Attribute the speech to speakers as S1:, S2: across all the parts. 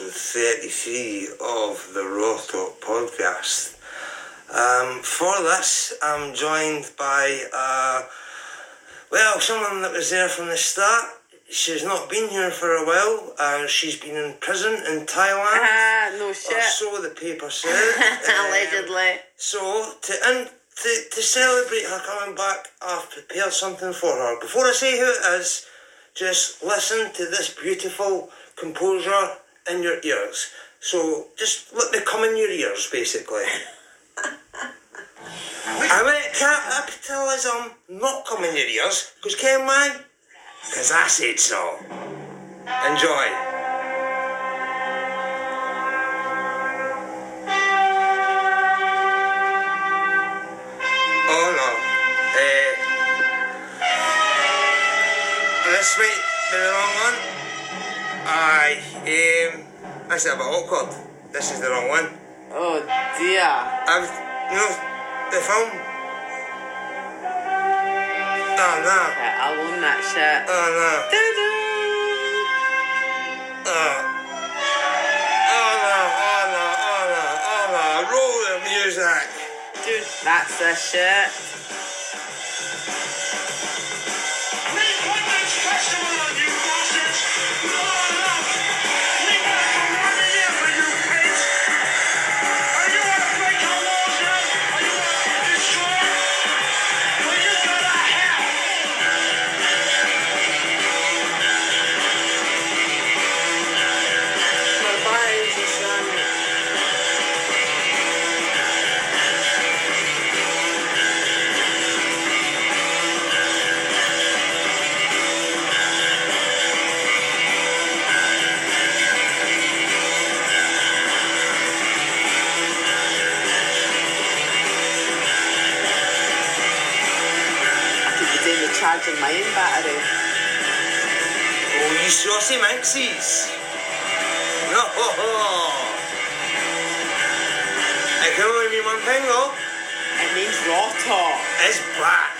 S1: Oh, 83 of the Raw Talk podcast. Um, for this, I'm joined by, uh, well, someone that was there from the start. She's not been here for a while. Uh, she's been in prison in Thailand,
S2: Ah, no
S1: or
S2: shit.
S1: so the paper said. Um,
S2: Allegedly.
S1: so to and to, to celebrate her coming back, I've prepared something for her. Before I say who it is, just listen to this beautiful composure in your ears. So just let me come in your ears, basically. I meant capitalism not come in your ears, because can mine? Because I said so. Enjoy. Oh no. Eh. This week, the wrong one. Aye. Um, that's a bit awkward. This is the wrong one.
S2: Oh dear.
S1: I've, you know, the film. Oh no.
S2: Yeah, I own that shit.
S1: Oh
S2: Da-da.
S1: no. Oh. Oh no. Oh no. Oh no. Oh no. Roll the music.
S2: Dude, that's the shit. My body's just on I could be doing the charging my own battery.
S1: Oh, you saucy Manxies! No! I can only mean one thing though.
S2: It means raw talk.
S1: It's black.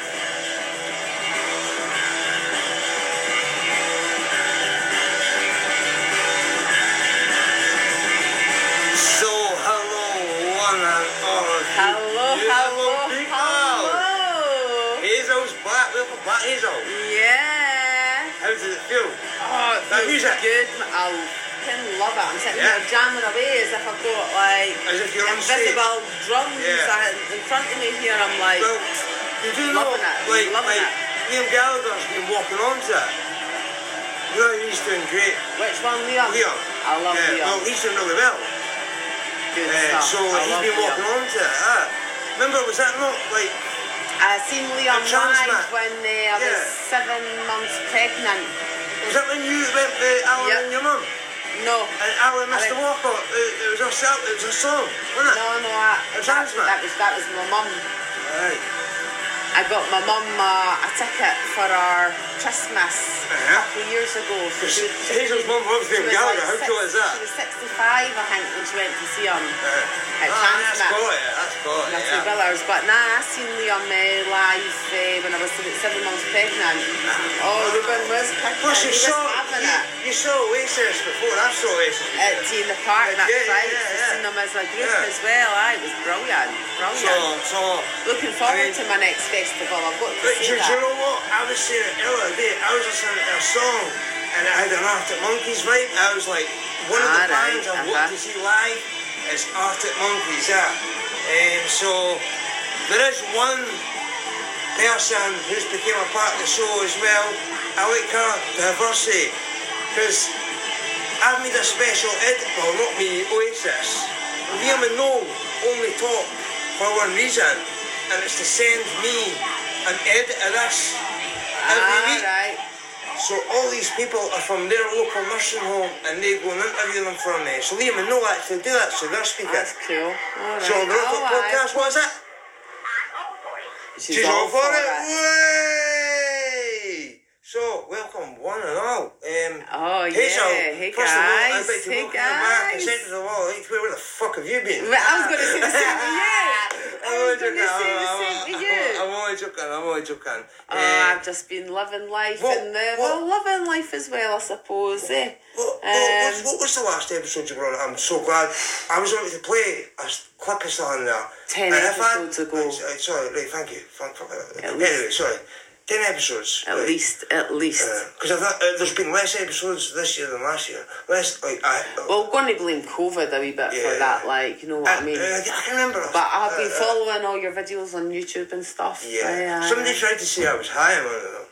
S1: So hello, one and all of you beautiful
S2: Hello, hello,
S1: people. oh.
S2: hello.
S1: Hazel's black, little black Hazel.
S2: Yeah.
S1: How does it feel?
S2: Oh,
S1: Ah, That
S2: feels
S1: music.
S2: good. I fucking love it. I'm sitting
S1: Yeah.
S2: there jamming away as if I've got like
S1: As if you're on stage.
S2: invisible drums
S1: Yeah.
S2: uh, in front of me here. I'm like,
S1: Well, you do know,
S2: Loving it,
S1: like,
S2: loving
S1: like Liam Gallagher's been walking onto it. You know, he's doing great.
S2: which one, Liam?
S1: Liam.
S2: Oh, I love
S1: yeah,
S2: Liam.
S1: Well, he's doing really well.
S2: Good
S1: Uh,
S2: stuff.
S1: so
S2: I
S1: he's
S2: love
S1: been walking
S2: Liam.
S1: onto it. Ah. Remember, was that not like,
S2: I seen Liam
S1: A trans
S2: live
S1: man.
S2: when uh, I was
S1: Yeah.
S2: seven months pregnant.
S1: was that when you went to Alan
S2: Yep.
S1: and your mum?
S2: No.
S1: And Alan
S2: I
S1: Mr.
S2: went-
S1: Walker, it, it was herself, it was her song, wasn't it?
S2: No, no, I,
S1: A
S2: that,
S1: trans man.
S2: that was that was my mum.
S1: Aye.
S2: I got my mum uh, a ticket for our Christmas
S1: Uh-huh.
S2: a couple of years ago. So she, was- she
S1: Hazel's
S2: was-
S1: mum loves
S2: she
S1: Liam
S2: was
S1: Gallagher,
S2: like
S1: how
S2: six-
S1: cool is that?
S2: She was 65, I think, when she went to see him.
S1: Uh,
S2: At
S1: ah,
S2: Transmit.
S1: that's quality, that's quality,
S2: Matthew
S1: yeah.
S2: Villars, but nah, I seen Liam uh, live uh, when I was seven, seven months pregnant. Oh, Ruben was picking
S1: Plus, you
S2: he was
S1: saw,
S2: having
S1: you,
S2: it.
S1: you saw Oasis before, I saw Oasis before.
S2: At Tea in the Park, that's
S1: Yeah, yeah,
S2: right.
S1: yeah,
S2: I've
S1: yeah.
S2: seen them as a group
S1: Yeah.
S2: as well. Aye, it was brilliant,
S1: So,
S2: brilliant.
S1: so,
S2: Looking forward
S1: I mean-
S2: to my next festival. I've got to
S1: But
S2: see
S1: do, do you
S2: that.
S1: know what? I was saying it earlier day. I was listening to a song and it had an Arctic Monkeys vibe. I was like, one of the
S2: Ah, right,
S1: bands I
S2: uh-huh.
S1: want to see live is Arctic Monkeys. Yeah. Um, so there is one person who's became a part of the show as well. I like her diversity because I've made a special edit. Well, not me, Oasis. Liam and Noel only talk for one reason, and it's to send me an edit of this every
S2: Ah,
S1: week.
S2: right.
S1: So all these people are from their local nursing home, and they go and interview them for me. So Liam and Noel actually do that, so they're speaking.
S2: That's cool. All right.
S1: so the local
S2: Oh, aye.
S1: podcast, what is it?
S2: She's,
S1: She's all for it. Way! So welcome, one and all. Um,
S2: Oh, yeah.
S1: Hey, so,
S2: Hey,
S1: first of all, I'd
S2: guys.
S1: like to
S2: Hey,
S1: welcome you back and
S2: guys.
S1: say to the world, hey, where the fuck have you been?
S2: Well, I was going to say the same to you. I
S1: I'm
S2: was
S1: only joking.
S2: going to say the
S1: I'm-
S2: same to
S1: I'm-
S2: you.
S1: I'm only joking. joking, I'm only joking. Eh,
S2: Oh, I've just been living life
S1: what-
S2: and the,
S1: what-
S2: well, living life as well, I suppose. Eh?
S1: What, what,
S2: Um,
S1: what, what was the last episode you were on? I'm so glad. I was on it to play a s- clip of something there.
S2: Ten
S1: And if I-
S2: episodes ago.
S1: Right, right, sorry, right, thank you. Thank, fuck that.
S2: At least.
S1: anyway, sorry. Ten episodes.
S2: at
S1: right.
S2: least, at least.
S1: Because I've not- uh, there's been less episodes this year than last year. Less, like, I.
S2: well, I'm going to blame COVID a wee bit
S1: Yeah.
S2: for that, like, you know what Oh, I, mean?
S1: ah, eh, I, can remember.
S2: but I've been
S1: uh, uh,
S2: following all your videos on YouTube and stuff.
S1: eh, Yeah.
S2: aye, aye,
S1: Somebody
S2: aye.
S1: tried to say I was high on one of them.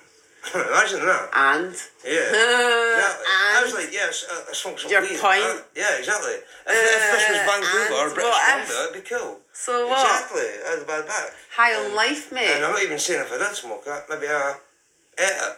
S1: Imagine that.
S2: And?
S1: Yeah. Exactly. I was
S2: and?
S1: like, yes, I, I smoked some
S2: Your
S1: weed.
S2: point.
S1: Uh, yeah, exactly. If, if this was
S2: Uh,
S1: Vancouver or
S2: and
S1: British
S2: what
S1: Columbia,
S2: if-
S1: it'd be cool.
S2: So what?
S1: Exactly. I had a bad back.
S2: High
S1: um,
S2: on life,
S1: And
S2: mate.
S1: I'm not even saying if I did smoke it, maybe I ate it. eh,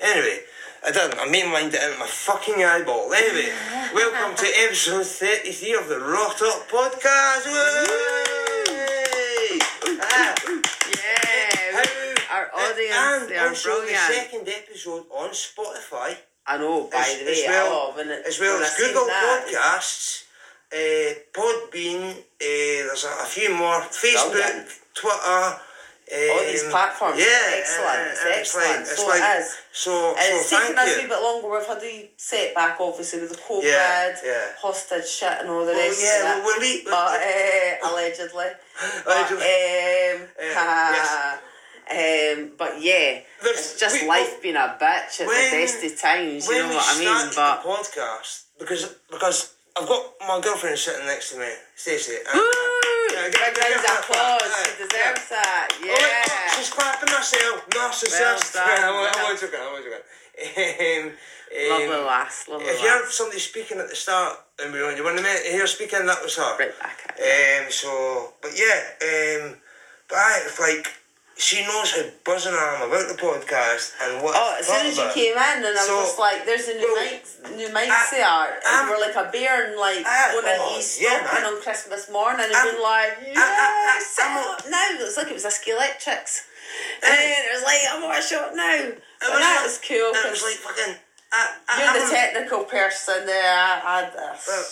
S1: Anyway, eh, I didn't. I mainlined it out of my fucking eyeball. Anyway, welcome to episode 33 of the Rot Up Podcast. Whey! Ah. eh,
S2: Yeah.
S1: How-
S2: Our Eh, audience,
S1: and
S2: they are
S1: also
S2: brilliant.
S1: the second episode on Spotify,
S2: I know, by
S1: as,
S2: the
S1: as
S2: way.
S1: well
S2: oh, when it,
S1: as well
S2: when I
S1: as
S2: seen
S1: Google
S2: that,
S1: Podcasts, uh, Podbean. Uh, there's a, a few more: Facebook,
S2: Brilliant.
S1: Twitter.
S2: All these
S1: um,
S2: platforms.
S1: Yeah,
S2: Excellent,
S1: and-
S2: it's
S1: and
S2: excellent.
S1: It's like, it's
S2: So
S1: like,
S2: it
S1: So,
S2: is. And it's
S1: so
S2: taken us a wee
S1: thank you.
S2: bit longer. We've had the setback, obviously, with the COVID,
S1: Yeah, yeah.
S2: hostage shit, and all the
S1: Well,
S2: rest
S1: Oh, yeah,
S2: of
S1: well, we-
S2: it. But, eh, allegedly.
S1: Allegedly.
S2: But, um,
S1: yes.
S2: um, but yeah,
S1: There's-
S2: it's just
S1: we-
S2: life being a bitch at
S1: when-
S2: the best of times, you
S1: when
S2: know
S1: we
S2: what I mean?
S1: started
S2: But
S1: the podcast, because because I've got my girlfriend sitting next to me, Stacey. and- uh,
S2: Woo!
S1: Yeah,
S2: Big
S1: give- give
S2: round
S1: her
S2: of
S1: a
S2: applause.
S1: clap.
S2: She
S1: Yeah.
S2: deserves that.
S1: Oh, wait, oh,
S2: Yeah.
S1: she's clapping herself. Narcissist.
S2: Well done,
S1: I'm only- I'm
S2: well
S1: only joking. I'm only joking. Um,
S2: Lovely
S1: um,
S2: lass. Lovely
S1: If you heard
S2: lass.
S1: somebody speaking at the start and we were on, you weren't meant to hear speaking, that was her.
S2: Right back at it.
S1: Um, so, but yeah, um, but I, it's like, she knows how buzzing I am about the podcast and what
S2: Oh,
S1: I've
S2: as
S1: thought
S2: soon as you
S1: about it.
S2: came in, and I was
S1: So-
S2: just like, "There's the new
S1: Well,
S2: mics, new mics
S1: I-
S2: they are." And
S1: I'm-
S2: we're like a bear and like
S1: I-
S2: going in
S1: oh,
S2: East
S1: yeah,
S2: stomping
S1: man.
S2: on Christmas morning, and
S1: I'm-
S2: being like,
S1: I- I-
S2: "Yeah, set
S1: I'm a-
S2: up now." It was like it was a ski electrics, and
S1: Aye.
S2: then it was like, "I want a shot now."
S1: It
S2: But that
S1: like-
S2: was cool.
S1: It
S2: 'cause
S1: was like fucking. I, I,
S2: you're
S1: I'm-
S2: the technical person there. I, I,
S1: Well,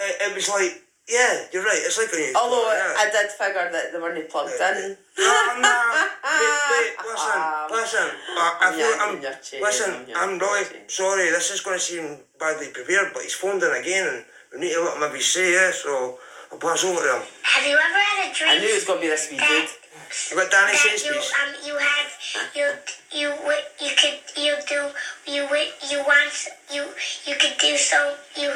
S1: it, it was like, yeah, you're right. It's like when you.
S2: although
S1: yeah.
S2: I did figure that they weren't plugged in.
S1: No, no. Wait, wait, listen, listen. I, I feel
S2: Um, Yeah,
S1: I'm.
S2: you're cheating,
S1: Listen,
S2: you're
S1: I'm really
S2: cheating.
S1: sorry. This is going to seem badly prepared, but he's phoned in again, and we need to let him maybe say yeah. So I'll pass over to him.
S3: Have you ever had a dream?
S2: I knew it was gonna be this we did.
S3: that,
S1: You got Danny
S3: that you
S1: Shakespeare.
S3: um you had you you would you could you do you would you want you you could do so you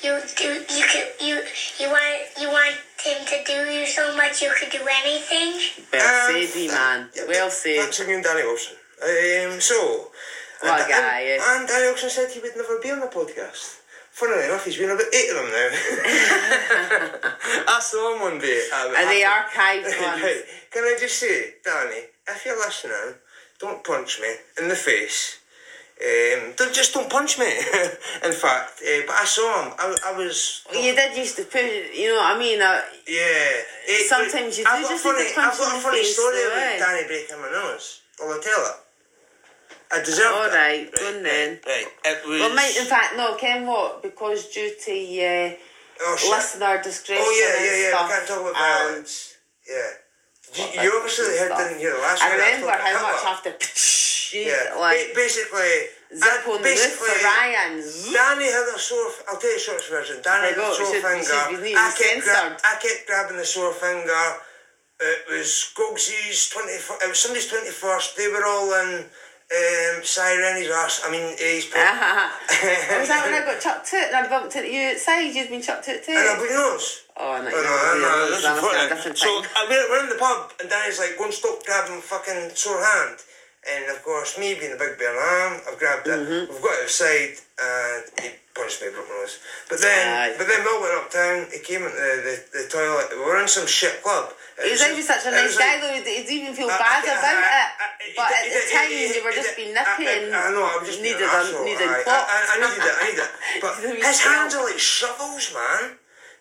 S3: you do you could you you want you want him to do you so much you could do anything.
S2: Well
S1: Um,
S2: said, he man.
S1: yeah,
S2: Well
S1: Thanks
S2: said.
S1: again, Danny Wilson. Um, so.
S2: What
S1: and,
S2: a guy,
S1: and,
S2: eh?
S1: and Danny Wilson said he would never be on the podcast. Funnily enough, he's been about eight of them now. I saw him one day. um,
S2: Are they
S1: after-
S2: archived ones?
S1: Right, Can I just say, Danny, if you're listening, don't punch me in the face. Um, don't just don't punch me. in fact, uh, but I saw him. I, I was.
S2: Well, You did used to put, you know what I mean? Uh,
S1: Yeah. It,
S2: Sometimes you
S1: I've got
S2: do
S1: a
S2: just need
S1: funny,
S2: to punch
S1: I've got
S2: in
S1: a
S2: the
S1: funny
S2: face,
S1: story
S2: though,
S1: about
S2: eh?
S1: Danny breaking my nose. Well, I'll tell it. I deserve it.
S2: Alright, go on then.
S1: Right, it was.
S2: well, mate, in fact, no, Ken, what? Because due to uh,
S1: oh, shit.
S2: listener discretion
S1: Oh yeah,
S2: and
S1: yeah, yeah.
S2: stuff.
S1: We can't talk about
S2: and-
S1: violence. Yeah. You,
S2: Well,
S1: you
S2: that's
S1: obviously
S2: good
S1: had,
S2: stuff.
S1: didn't hear the last
S2: I
S1: one.
S2: remember
S1: talked about
S2: how much
S1: Hitler.
S2: after you,
S1: Yeah.
S2: like,
S1: Ba- basically.
S2: zip
S1: I-
S2: on the roof
S1: basically,
S2: for Ryan. Zzz.
S1: Danny had a sore. f- I'll tell you the short version. Danny had
S2: There you
S1: a sore
S2: go, we should- we
S1: finger.
S2: should- we need
S1: I
S2: to
S1: kept, gra-
S2: censor.
S1: I kept grabbing the sore finger. It was Goggsy's twenty. It was somebody's twenty first. They were all in. Um, Sirene's ass. I mean, he's.
S2: Oh, was that when I got chucked to it and I bumped into you outside? You'd been chucked to it
S1: And
S2: too?
S1: I'll be honest.
S2: Oh,
S1: No,
S2: no,
S1: no, no, that's
S2: that must be a
S1: important.
S2: different
S1: So
S2: thing.
S1: uh, we're, we're in the pub, and Danny's like, "Go and stop grabbing fucking sore hand." And of course, me being the big bear I am, I've grabbed it.
S2: Mm-hmm.
S1: We've got outside, and he punched me, broke my nose. But then,
S2: Aye.
S1: but then Will went uptown. He came into the, the, the toilet. We were in some shit club. It
S2: He was actually such
S1: it
S2: a
S1: was
S2: nice
S1: like-
S2: guy though, he didn't even feel
S1: I- I- I-
S2: bad about
S1: I-
S2: it.
S1: I- I-
S2: But
S1: he-
S2: at the
S1: he-
S2: time,
S1: he-
S2: you were
S1: he-
S2: just
S1: he-
S2: being
S1: I-
S2: nippy and
S1: I, I know, I'm just being
S2: needed
S1: an
S2: a-
S1: asshole,
S2: needed
S1: aye. I,
S2: clock.
S1: I, I needed it, I needed it. But
S2: He's a wee
S1: his
S2: scout.
S1: hands are like shovels, man.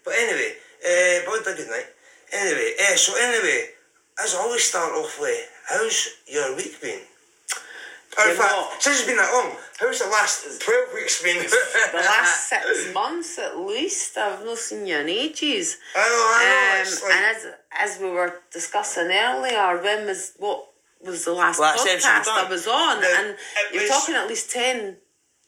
S1: But anyway, uh, boy, did good night. Anyway, eh, so anyway, as I always start off with, how's your week been? Or
S2: You
S1: in fact,
S2: know-
S1: since it's been that long, how's the last 12 weeks been?
S2: The
S1: Uh-huh.
S2: last six months at least, I've not seen you in ages.
S1: I know, I know,
S2: Um,
S1: Oh, it's like,
S2: and as as we were discussing earlier, when was what was the last
S1: Last episode
S2: podcast
S1: done.
S2: I was on,
S1: Now,
S2: and
S1: it
S2: you're
S1: was-
S2: talking at least ten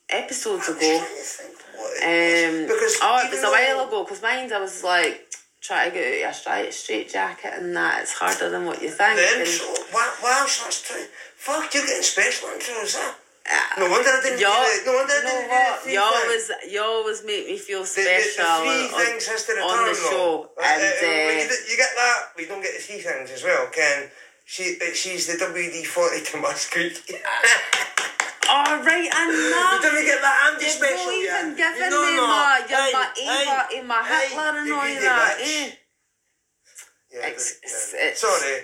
S2: episodes
S1: I'm
S2: ago.
S1: just trying to think what it
S2: Um,
S1: was. because
S2: oh, it
S1: even
S2: was a while
S1: though-
S2: ago because mind I was like trying to get out of a straight straight jacket and that it's harder than what you think.
S1: The
S2: and-
S1: intro. Why, why else that's too? Fuck, you're getting special intros, huh?
S2: Ah,
S1: No wonder I didn't
S2: y'all,
S1: do it. No wonder I
S2: you know
S1: didn't
S2: what?
S1: do it.
S2: You always, you always make me feel
S1: the, the,
S2: special
S1: the three
S2: on,
S1: things has to return
S2: on the
S1: though.
S2: show.
S1: Uh,
S2: and
S1: uh, when you,
S2: uh,
S1: d- you get that, we don't get the three things as well. Ken, she uh, she's the WD forty to Musk Creek. you
S2: all right, enough.
S1: didn't get that Andy
S2: You've
S1: special
S2: not
S1: yet.
S2: even given
S1: No,
S2: me
S1: no.
S2: my, you're
S1: Hey,
S2: my Eva,
S1: hey,
S2: in my
S1: hey,
S2: Hitler and
S1: you
S2: all
S1: greedy
S2: that.
S1: bitch.
S2: eh?
S1: Yeah, I
S2: It's-
S1: did,
S2: it's-
S1: yeah.
S2: it's-
S1: Sorry.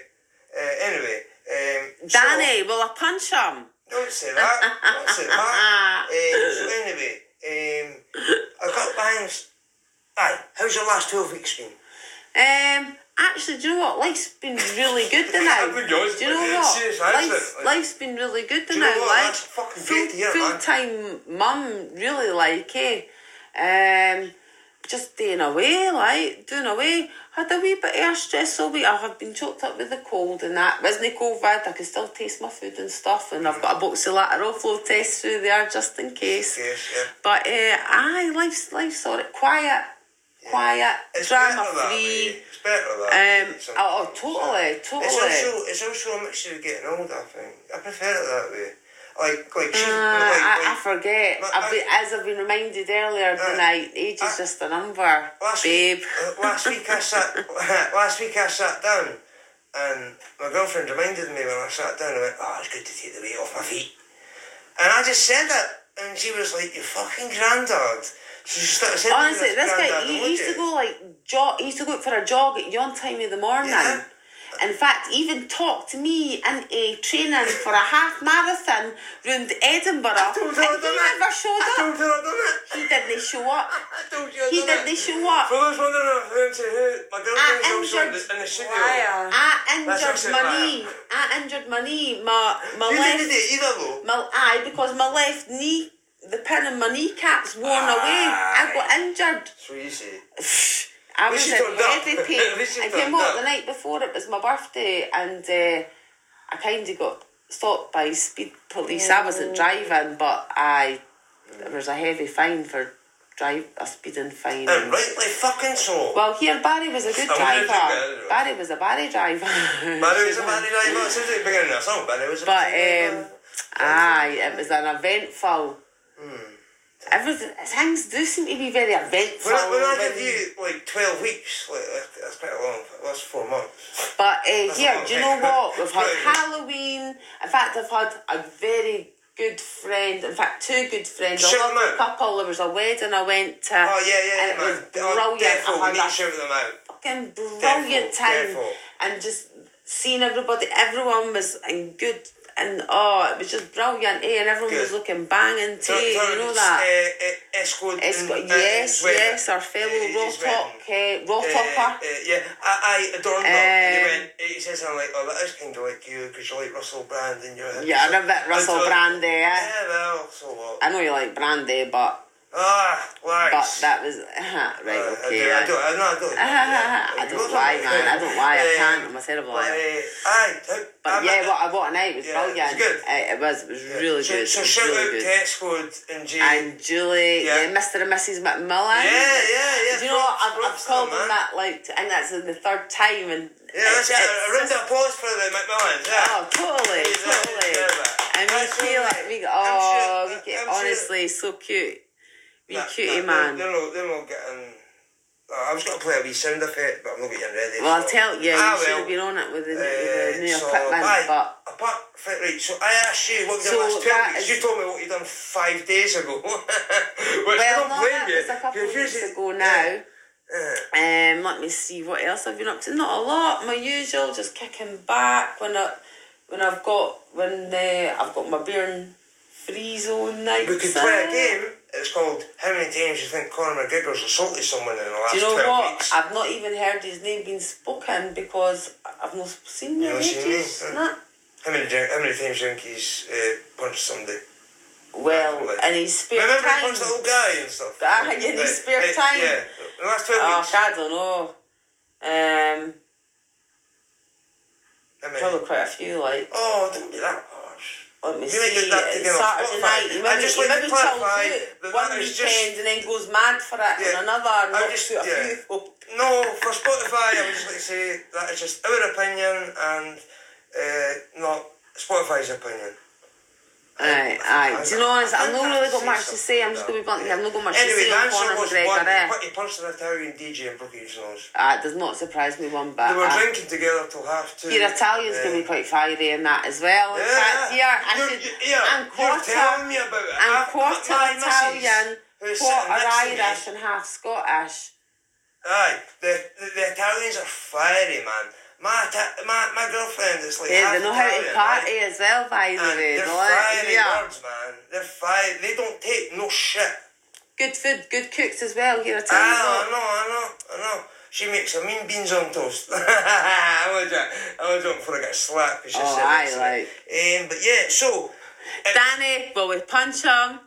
S1: Uh, anyway, um, so-
S2: Danny, will I punch him?
S1: Don't say that. Don't say that. uh, so anyway, um, I've got bangs. Aye, how's your last 12 weeks been?
S2: Um, actually, do you know what? Life's been really good
S1: I
S2: tonight.
S1: think yours-
S2: do you know what?
S1: serious answer,
S2: Life's,
S1: like-
S2: life's been really good
S1: you know
S2: tonight.
S1: what?
S2: Like
S1: That's fucking
S2: full,
S1: great to hear, man.
S2: full-time mum, really like eh. Um, just staying away, like doing away. Had a wee bit of a stressful week. I have been choked up with the cold and that. Wasn't COVID. I could still taste my food and stuff, and I've got a box of lateral flow tests through there just in case.
S1: Yes, yeah.
S2: But uh, aye, life's life's alright. Quiet, quiet,
S1: It's
S2: drama
S1: better that
S2: free.
S1: way. It's better that
S2: Um,
S1: way sometimes,
S2: oh, oh, totally,
S1: yeah.
S2: totally.
S1: It's also, it's also a mixture of getting older, I think. I prefer it that way. Like, like, she's,
S2: Uh,
S1: like,
S2: I, I
S1: like
S2: forget.
S1: But
S2: I've
S1: I-
S2: been, as I've been reminded earlier
S1: Uh,
S2: tonight, age is
S1: I-
S2: just a number,
S1: last
S2: babe.
S1: Week, uh, last week I sat. last week I sat down, and my girlfriend reminded me when I sat down. I went, "Oh, it's good to take the weight off my feet," and I just said it, and she was like, "You fucking granddad." So she started saying,
S2: Honestly,
S1: "That's
S2: this guy
S1: granddad,
S2: he,
S1: would
S2: he used
S1: you?"
S2: to go like jog. He used to go out for a jog at yon time of the morning.
S1: Yeah.
S2: In fact, even talked me into training for a half marathon round Edinburgh,
S1: I told
S2: and
S1: her
S2: he
S1: I done it. I
S2: never showed up.
S1: told her I done it.
S2: He didn't show up.
S1: I told you I
S2: He
S1: done it.
S2: didn't show up.
S1: For those wondering who to who, my girlfriend's
S2: I
S1: also in
S2: injured-
S1: the, in the studio.
S2: I
S1: That's
S2: injured
S1: actually
S2: my
S1: liar.
S2: knee. I injured my knee. My my
S1: You
S2: left.
S1: didn't do it either though.
S2: My eye because my left knee, the pin in my kneecap's worn away. I got injured.
S1: So you see.
S2: I
S1: We
S2: was in
S1: should have done.
S2: heavy pain.
S1: We should
S2: I
S1: have
S2: came
S1: done
S2: up
S1: that.
S2: the night before. It was my birthday, and uh, I kind of got stopped by speed police. I
S1: Oh.
S2: wasn't driving, but I there was a heavy fine for drive a speeding fine.
S1: And rightly fucking so.
S2: well, here Barry was a good
S1: Uh, I wanted to
S2: driver.
S1: go.
S2: Barry was a Barry driver.
S1: Barry was a Barry driver. Since the beginning of the song, Barry was a
S2: But
S1: Barry
S2: um,
S1: driver.
S2: aye, it was an eventful.
S1: Hmm.
S2: Everything things do seem to be very eventful.
S1: When I, when I give
S2: when-
S1: you like 12 weeks, like that's, that's quite a long, that's four months.
S2: But uh,
S1: That's
S2: here,
S1: not
S2: do you know
S1: okay.
S2: what? We've had
S1: Right.
S2: Halloween. In fact, I've had a very good friend. In fact, two good friends.
S1: Shout
S2: a
S1: them
S2: lovely
S1: out.
S2: couple. There was a wedding I went to.
S1: Oh, yeah, yeah, yeah,
S2: and
S1: man.
S2: It was
S1: Oh,
S2: brilliant.
S1: Defo,
S2: I
S1: we
S2: had
S1: need to
S2: a
S1: shout them out.
S2: fucking brilliant
S1: Defo,
S2: time
S1: defo.
S2: and just seeing everybody everyone was in good and oh it was just brilliant eh? and everyone was
S1: Good.
S2: looking banging too you know that
S1: Uh, uh, Escode.
S2: it's got
S1: and, uh,
S2: yes
S1: Sweden.
S2: yes our fellow
S1: Uh,
S2: raw
S1: Sweden.
S2: talk eh, raw
S1: Uh,
S2: topper
S1: uh, yeah, I, I adorned them. And he
S2: Um,
S1: went, he says, I'm like, oh, that is kind of like you because you like Russell Brand and you're.
S2: yeah I love that Russell
S1: thought-
S2: Brand eh?
S1: Yeah, well, so what?
S2: I know you like Brandy but
S1: Ah, lies.
S2: but that was
S1: Uh,
S2: right
S1: I
S2: okay
S1: do, I
S2: eh.
S1: do, I know, I do.
S2: I don't lie, man. I don't lie. I can't. I'm a terrible
S1: But,
S2: liar.
S1: uh, aye,
S2: But yeah, what, a- what a night. It was
S1: yeah, it was
S2: brilliant.
S1: good.
S2: Eh, It was. It was really
S1: so,
S2: good.
S1: So
S2: it was
S1: shout
S2: really
S1: out
S2: good.
S1: to Escode and Jane.
S2: and Julie,
S1: Yeah.
S2: yeah. Mr. and Mrs. McMillan.
S1: Yeah, yeah, yeah,
S2: Do you know what?
S1: props,
S2: I've,
S1: props
S2: I've
S1: to
S2: called
S1: them,
S2: them
S1: man.
S2: that like, t- and that's the third time. And
S1: yeah, that's it. A round
S2: just-
S1: of applause for the McMillans. Yeah.
S2: Oh, totally,
S1: Yeah,
S2: totally.
S1: yeah, yeah.
S2: And we
S1: That's
S2: feel
S1: all
S2: like
S1: right.
S2: we,
S1: I'm
S2: oh,
S1: sure- uh,
S2: we
S1: I'm
S2: get
S1: sure-
S2: honestly so cute. We
S1: Nah,
S2: cutie
S1: nah,
S2: man.
S1: They're, all, they're all getting. Oh, I was going to play a wee sound effect, but I'm not getting ready.
S2: well, I'll
S1: so-
S2: tell you,
S1: Ah,
S2: you should
S1: well.
S2: have been on it with the, with
S1: Uh,
S2: the new
S1: so,
S2: equipment,
S1: aye,
S2: but.
S1: apart from, right, so I asked you what was
S2: So
S1: your last 12
S2: that
S1: weeks.
S2: is-
S1: You told me what you done five days ago. Which I
S2: Well,
S1: don't
S2: no,
S1: blame
S2: that
S1: you.
S2: was a couple of
S1: You're
S2: weeks
S1: usually-
S2: ago
S1: Yeah.
S2: now. Um, let me see what else I've been up to. Not a lot. My usual, just kicking back when I, when I've got when uh, I've got my beer and freeze eh? all night.
S1: We could play a game. It's called How Many Times You Think Conor McGregor's Assaulted Someone in the Last
S2: Do you know
S1: 12
S2: what?
S1: Weeks.
S2: I've not even heard his name being spoken because I've not seen
S1: You've
S2: the
S1: not seen
S2: ages.
S1: him,
S2: Nah.
S1: How many, how many times do you think he's uh, punched somebody?
S2: Well,
S1: Right.
S2: and his spare
S1: Remember he
S2: time.
S1: punched the old guy and stuff?
S2: Ah, in his spare
S1: Right,
S2: time.
S1: Yeah, the
S2: Ah,
S1: last 12
S2: Oh,
S1: weeks.
S2: I don't know. Um,
S1: I mean,
S2: Probably quite a few, like,
S1: oh, don't be that harsh.
S2: let me
S1: You
S2: see,
S1: may get that
S2: it's
S1: together on
S2: Saturday
S1: Spotify.
S2: night, you
S1: I
S2: maybe,
S1: just
S2: you
S1: want to
S2: maybe chills
S1: clarify
S2: out
S1: that that
S2: one weekend
S1: is just-
S2: and then goes mad for it
S1: Yeah,
S2: on another and
S1: I
S2: knocks
S1: just-
S2: out a
S1: yeah.
S2: few folk.
S1: No, for Spotify, I would just like to say that is just our opinion and uh, not Spotify's opinion.
S2: Aye, aye. Do you know what? I've not really got much to say. I'm just going to be blunt. with you, I've not got much to
S1: Anyway,
S2: say on
S1: Manson
S2: Conor
S1: was
S2: McGregor.
S1: one
S2: eh?
S1: pretty person Italian DJ in Brookhaven
S2: Ah, it does not surprise me one bit.
S1: They were
S2: ah.
S1: drinking together till half two.
S2: Your Italians can be
S1: Uh,
S2: quite fiery in that as well. In
S1: yeah,
S2: fact, yeah, I
S1: You're-
S2: should.
S1: you- yeah,
S2: I'm
S1: You're telling
S2: quarter,
S1: me about it.
S2: I'm
S1: I've got
S2: quarter
S1: my missus
S2: Italian,
S1: who's sitting
S2: quarter
S1: next to me.
S2: Irish, and half Scottish.
S1: Aye, the, the, the Italians are fiery, man. My, Ita- my my girlfriend is like
S2: Yeah,
S1: half
S2: they know how to
S1: Italian,
S2: party
S1: right?
S2: as well, by the
S1: And
S2: way.
S1: they're
S2: They like-
S1: fiery
S2: yeah.
S1: birds, man. They're fiery. They don't take no shit.
S2: Good food, good cooks as well. Your
S1: Ah,
S2: Italians.
S1: I know, I know, I know. She makes a mean beans on toast. I was I was waiting for I got slapped. because she
S2: Oh,
S1: said
S2: aye,
S1: it's
S2: like-
S1: Um, but yeah, so. uh, it-
S2: Danny, well, we punch him.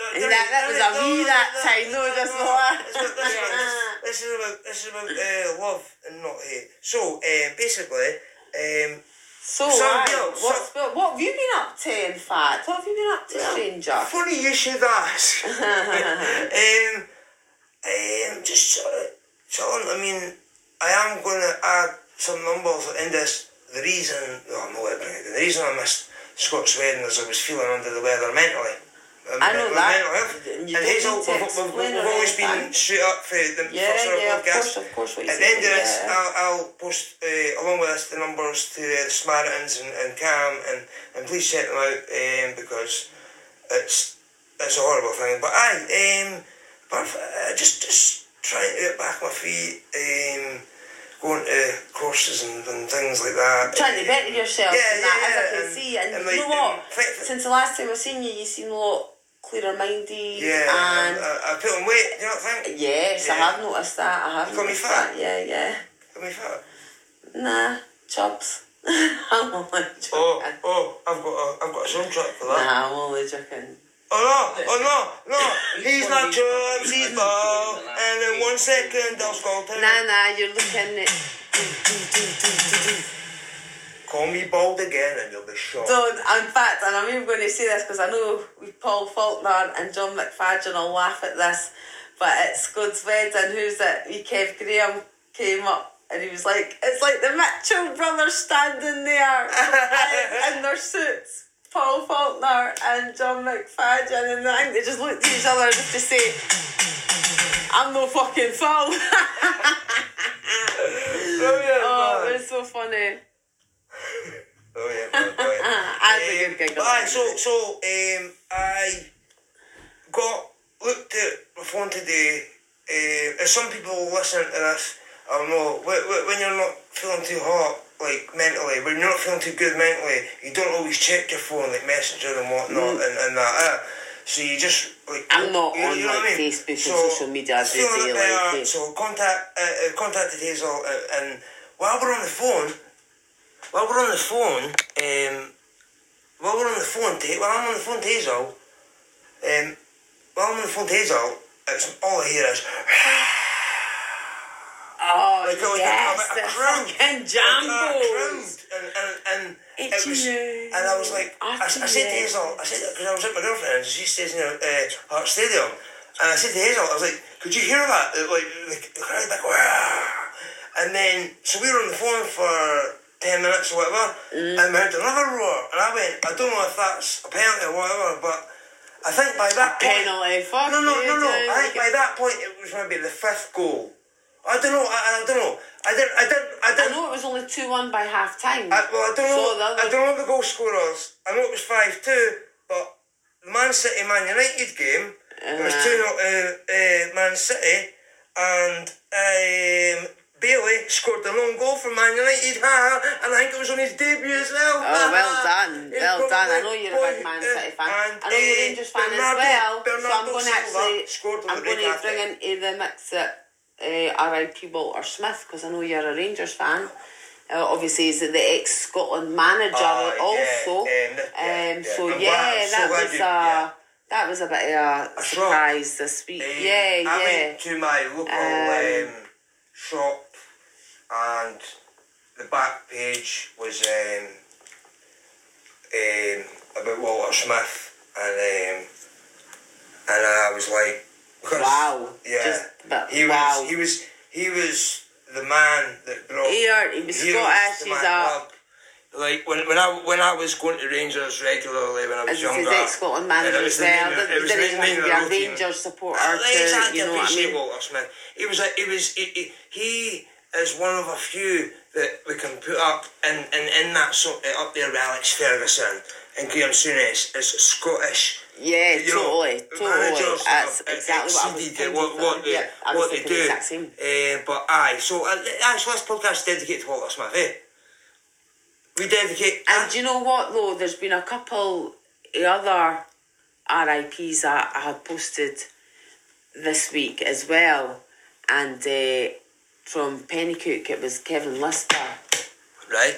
S1: Uh,
S2: And that- that was a wee that time, no, just more.
S1: This is about- This is about this is about uh, love and not hate. So um, basically, um,
S2: So,
S1: So,
S2: aye,
S1: yeah,
S2: what's, what have you been up to, in fact? What have you been up to, stranger?
S1: funny you should ask. um, um, just sort of chilling. I mean, I am going to add some numbers in this. The reason, well, I'm not gonna bring it in. The reason I missed Scott's wedding is I was feeling under the weather mentally.
S2: I know
S1: My
S2: that.
S1: Mental health. And
S2: You don't
S1: Hazel,
S2: need to
S1: we've, we've,
S2: explain
S1: we've
S2: or
S1: always been
S2: anything.
S1: straight up for the the
S2: Yeah,
S1: first sort of
S2: yeah, of
S1: podcast.
S2: course, of course, what you
S1: At the end of
S2: said,
S1: this,
S2: yeah.
S1: I'll, I'll post uh, along with this the numbers to uh, the Samaritans and, and Cam and, and please check them out um, because it's it's a horrible thing. But I um, but uh, just just trying to get back on my feet, um, going to courses and, and things like that. Um,
S2: trying to better yourself
S1: Yeah,
S2: and that,
S1: yeah,
S2: as I
S1: yeah,
S2: can
S1: and-
S2: see. And,
S1: and
S2: you
S1: like,
S2: know what?
S1: and fit-
S2: Since the last time I've seen you, you seem a lot clearer minded.
S1: Yeah,
S2: And
S1: I, I put on weight. Do you know what I think?
S2: yes, I
S1: Yeah.
S2: have noticed that. I have
S1: Call me
S2: noticed
S1: fat.
S2: that. Yeah, yeah.
S1: Put me fat.
S2: Nah, chubs. I'm only joking.
S1: Oh, oh, I've got a, I've got a soundtrack for that.
S2: Nah, I'm only joking.
S1: Oh no, oh no, no, he's not drugs, he's ball. And in one second, I'll score
S2: Nah, nah, you're looking at.
S1: Call me bald again and you'll be shot.
S2: Don't, in fact, and I'm even going to say this because I know we Paul Faulkner and John McFadden will laugh at this, but it's God's Wedding, who's it? Me, Kev Graham came up and he was like, it's like the Mitchell brothers standing there in, in their suits. Paul Faulkner and John McFadden, and I think they just looked at each other just to say, I'm no fucking fool.
S1: Brilliant,
S2: oh, it
S1: man.
S2: was so funny.
S1: Brilliant, man, brilliant.
S2: I had
S1: Um,
S2: a good giggle.
S1: but aye, so, so, um, I got, looked at my phone today. Um, if some people listen to this, I don't know, wh- wh- when you're not feeling too hot, like mentally, when you're not feeling too good mentally, you don't always check your phone, like Messenger and whatnot, and, and that. Uh, so you just like
S2: Mm. I'm not
S1: you,
S2: on,
S1: you know what
S2: like,
S1: I mean?
S2: Facebook and social media every
S1: feeling a bit
S2: day,
S1: better,
S2: like, eh.
S1: so contact uh, uh, contacted Hazel, uh, and while we're on the phone, while we're on the phone, um, while we're on the phone, to, while I'm on the phone to Hazel, um, while I'm on the phone to Hazel, it's all I hear is
S2: Oh,
S1: Like, like,
S2: yes,
S1: I'm a- a
S2: the
S1: crowd.
S2: fucking
S1: "Ah,
S2: jambos.
S1: crowd," and and and it was,
S2: Itchy
S1: and I was like, I, I
S2: nose,
S1: said to
S2: itchy
S1: Hazel, I said because I was at my girlfriend's, she stays in uh, Hart Stadium, and I said to Hazel, I was like, could you hear that? It, like the, the crowd like, "Wah!" and then so we were on the phone for. 10 minutes or whatever,
S2: Mm.
S1: and we heard another roar, and I went, I don't know if that's a penalty or whatever, but I think by that point,
S2: Penalty, fuck
S1: no, no,
S2: you,
S1: no, no.
S2: dude.
S1: I think by that point it was maybe the fifth goal. I don't know. I, I don't know. I don't. I don't. I
S2: I
S1: don't.
S2: know it was only 2 1 by half time.
S1: I, well, I don't know.
S2: So the other-
S1: I don't know the goal scorers. I know it was five two, but the Man City Man United game it was
S2: Uh-huh.
S1: two 0 uh, uh, Man City, and um, Bailey scored the lone goal for Man United. Ha! ha, And I think it was on his debut as well.
S2: Oh, well done,
S1: He was
S2: well done. I know
S1: probably
S2: you're a big Man
S1: boy-
S2: City fan.
S1: and,
S2: I know you're
S1: uh,
S2: a Rangers fan as
S1: Bernardo-
S2: well. so I'm
S1: Bernardo
S2: going to
S1: Silva scored
S2: actually,
S1: on the break
S2: I'm going to bring
S1: after.
S2: into the mix that uh, R.I.P. Walter Smith because I know you're a Rangers fan. Uh, obviously, he's the ex Scotland manager
S1: Ah, yeah,
S2: also.
S1: um, yeah,
S2: Um, so
S1: yeah.
S2: yeah,
S1: I'm glad- I'm so
S2: that
S1: glad
S2: was a
S1: you- yeah.
S2: that was a bit of a,
S1: A shock.
S2: surprise this week.
S1: Um,
S2: yeah,
S1: I
S2: yeah.
S1: went to my local um,
S2: Um,
S1: shop um, and the back page was um, um, about Walter Smith, and um, and I was like, 'cause
S2: Wow.
S1: yeah,
S2: Just, but
S1: he
S2: wow.
S1: was, he was, he was the man that brought.
S2: Here, he was
S1: He
S2: Scottish,
S1: was the
S2: he's
S1: man-
S2: a,
S1: Like when, when I when I was going to Rangers regularly when I was
S2: as his
S1: younger.
S2: ex-Scotland
S1: and
S2: manager
S1: it was
S2: as
S1: the
S2: well.
S1: main-
S2: That-
S1: it was Oh,
S2: that
S1: the
S2: he
S1: main
S2: wanted to be a
S1: road team.
S2: Rangers supporter
S1: I
S2: to, you know what I
S1: appreciate
S2: mean?
S1: Walter Smith. He was like, he was, he, he, he is one of a few that we can put up in, in, in that sort up there with Alex Ferguson and Graham Souness as Scottish
S2: Yeah,
S1: you know,
S2: Eh, totally, totally.
S1: managers
S2: That's
S1: have, uh,
S2: exactly what I was
S1: exceeded
S2: thinking.
S1: what, what they,
S2: yeah, I was
S1: what they
S2: thinking the
S1: do.
S2: exact same.
S1: Eh, but aye, so uh, actually this podcast is dedicated to Walter Smith, eh? We dedicate...
S2: And do you know what though? There's been a couple of other RIPS that I had posted this week as well, and uh, from Pennycook it was Kevin Lister.
S1: right?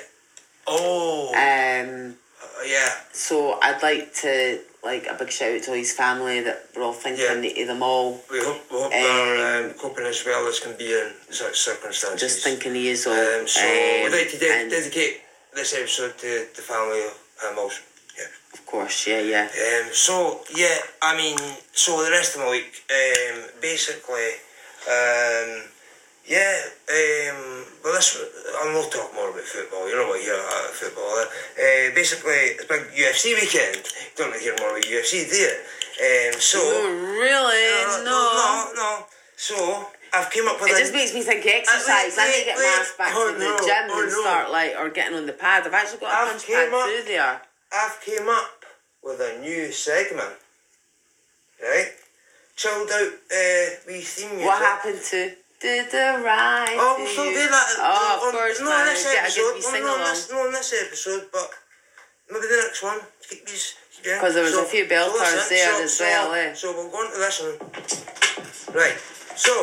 S1: Oh,
S2: Um,
S1: uh, yeah.
S2: so I'd like to like a big shout out to all his family that we're all thinking of them all.
S1: We hope, we hope they're um, coping as well as can be in such circumstances.
S2: Just thinking he is all.
S1: Um, so we'd like to de-
S2: and
S1: dedicate this episode to the family of uh, Molson. Yeah.
S2: of course, yeah, yeah.
S1: Um, so yeah, I mean, so the rest of my week, um, basically, um, yeah. Um, well, this I'm not talk more about football. You know what you're at football. Uh, basically, it's big UFC weekend. Don't want to hear more about UFC, do you? Um, so
S2: No, really,
S1: Uh, no, no,
S2: no.
S1: no. So I've came up with
S2: It
S1: a-
S2: just makes me think exercise. I need to get
S1: Uh, wait,
S2: my ass back
S1: oh
S2: to the
S1: no,
S2: gym
S1: oh
S2: and
S1: no.
S2: start like or getting on the pad. I've actually got a
S1: I've
S2: punch
S1: came
S2: pad
S1: up-
S2: through there.
S1: I've came up with a new segment. Right? Chilled out uh, wee theme music.
S2: What happened to did the right?
S1: Oh,
S2: to
S1: we still
S2: you?
S1: do that.
S2: Oh,
S1: on-
S2: of course,
S1: um, No,
S2: man.
S1: on this
S2: Get a good
S1: episode.
S2: wee
S1: well,
S2: sing
S1: Oh, no, on
S2: along.
S1: this, no, on this episode, but maybe the next one. Keep these. Yeah.
S2: Because there was a few
S1: listen,
S2: belters there as
S1: so,
S2: well, eh?
S1: So we'll go on to this one. Right. So,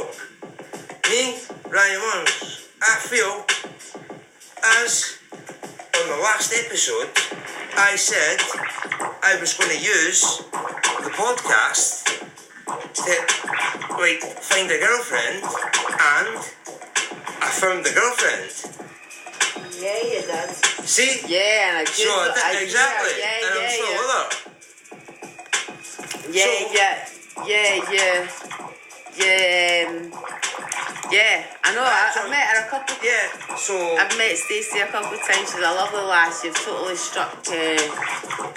S1: me, Ryan Mons, I feel as on the last episode, I said I was going to use the podcast to like find a girlfriend, and I found the girlfriend.
S2: Yeah, you did.
S1: See,
S2: Yeah, and a good
S1: so I
S2: I-
S1: did, exactly,
S2: Yeah,
S1: and I'm
S2: yeah,
S1: still
S2: yeah.
S1: with her.
S2: Yeah,
S1: So-
S2: yeah, yeah, yeah, yeah, um, yeah. I know. I,
S1: so-
S2: I've met her a couple.
S1: Yeah, so
S2: I've met Stacey a couple of times. She's a lovely lass. You've totally struck. Uh,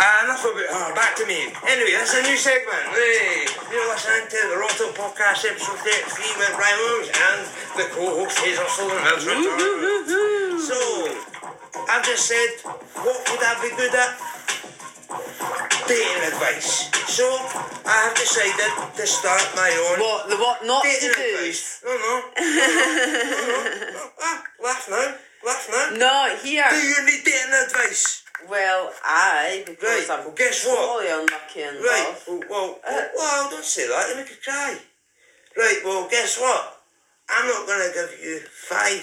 S1: Ah, enough about her. Back to me. Anyway, that's a new segment. Hey, you're listening to the Roto Podcast, episode 33 with Ryan Williams and the co-host Hazel Sullivan. That's right, Tara. So, I've just said, what would I be good at? Dating advice. So, I have decided to start my own
S2: What the what not to
S1: dating
S2: do?
S1: advice. No, no. no, no, no, no. Ah, laugh now. Laugh now.
S2: No, here.
S1: Do you need dating advice?
S2: Well, I
S1: Right,
S2: because I'm
S1: well, guess what?
S2: totally unlucky in
S1: Right.
S2: love.
S1: Well, well,
S2: Uh,
S1: well, don't say that. They make you cry. Right. Well, guess what? I'm not going to give you five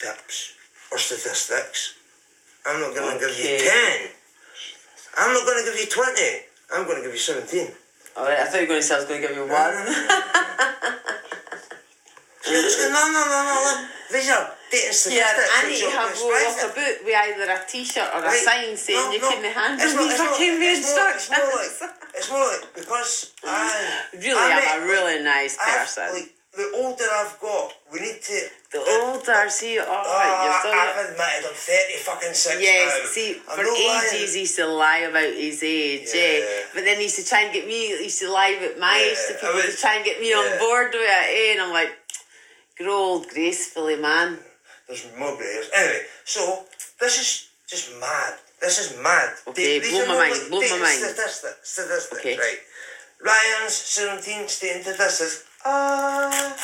S1: tips or statistics. I'm not going to give you
S2: Okay.
S1: ten. I'm not going to give you twenty. I'm going to give you seventeen.
S2: All Oh, right, I thought you were going to say I was going to give you
S1: Uh-huh.
S2: one.
S1: So it's going, no, no, no, no, no. These are dating
S2: yeah,
S1: statistics.
S2: I
S1: which
S2: need
S1: you're
S2: to have
S1: prescribed.
S2: rolled up a boot with either a T-shirt or a
S1: Right.
S2: sign saying
S1: No,
S2: you
S1: no.
S2: couldn't
S1: It's
S2: handle
S1: not-
S2: me
S1: it's not-
S2: fucking
S1: it's more-
S2: instructions.
S1: it's more like- It's more like because I I
S2: Really,
S1: met,
S2: I'm a
S1: like,
S2: really nice
S1: I've-
S2: person.
S1: Like, the older I've got, we need to.
S2: the older, see, E all right, Oh,
S1: Ah,
S2: you're still.
S1: I've admitted I'm 30 fucking six
S2: Yes,
S1: now.
S2: see,
S1: I'm
S2: for
S1: not
S2: ages
S1: lying.
S2: he used to lie about his age, eh?
S1: Yeah.
S2: But then he used to try and get me, he used to lie about my age to
S1: Yeah,
S2: people
S1: I
S2: to
S1: was-
S2: try and get me
S1: yeah.
S2: on board with it, eh? And I'm like, grow old gracefully, man.
S1: There's more greyers. Anyway, so this is just mad. This is mad.
S2: Okay,
S1: These
S2: blow
S1: are
S2: my
S1: all,
S2: mind,
S1: like,
S2: blow my
S1: dating
S2: mind.
S1: Statistics, statistics
S2: Okay.
S1: right? Ryan's 17 stating statistics. Ah.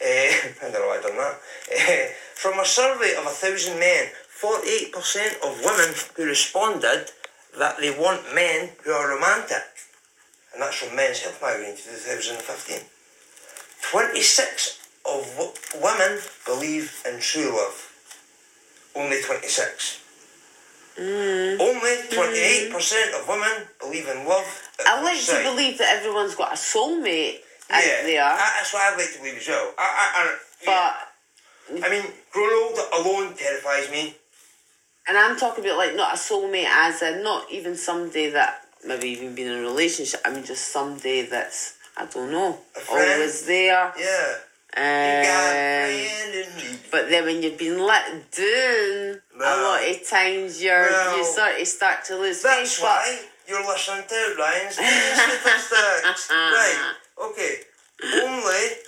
S1: Eh, I don't know why I done that. Eh, from a survey of a thousand men, 48% of women who responded that they want men who are romantic. And that's from Men's Health Magazine 2015. 26 of w- women believe in true love. Only 26.
S2: Mm.
S1: Only 28% of women believe in love. at
S2: I like
S1: first
S2: to
S1: sight.
S2: believe that everyone's got a soulmate out there,
S1: I, that's what I'd like to believe as well. I, I, I,
S2: but
S1: I mean, growing older alone terrifies me.
S2: And I'm talking about like not a soulmate, as in not even somebody that maybe even been in a relationship. I mean, just somebody that's I don't know,
S1: A friend.
S2: always there.
S1: Yeah. You got a
S2: Um,
S1: friend in me.
S2: but then when you've been let down a
S1: No.
S2: lot of times, you're you
S1: No.
S2: sort of start to lose
S1: That's
S2: faith.
S1: why you're listening to Ryan's statistics. right, okay. Only,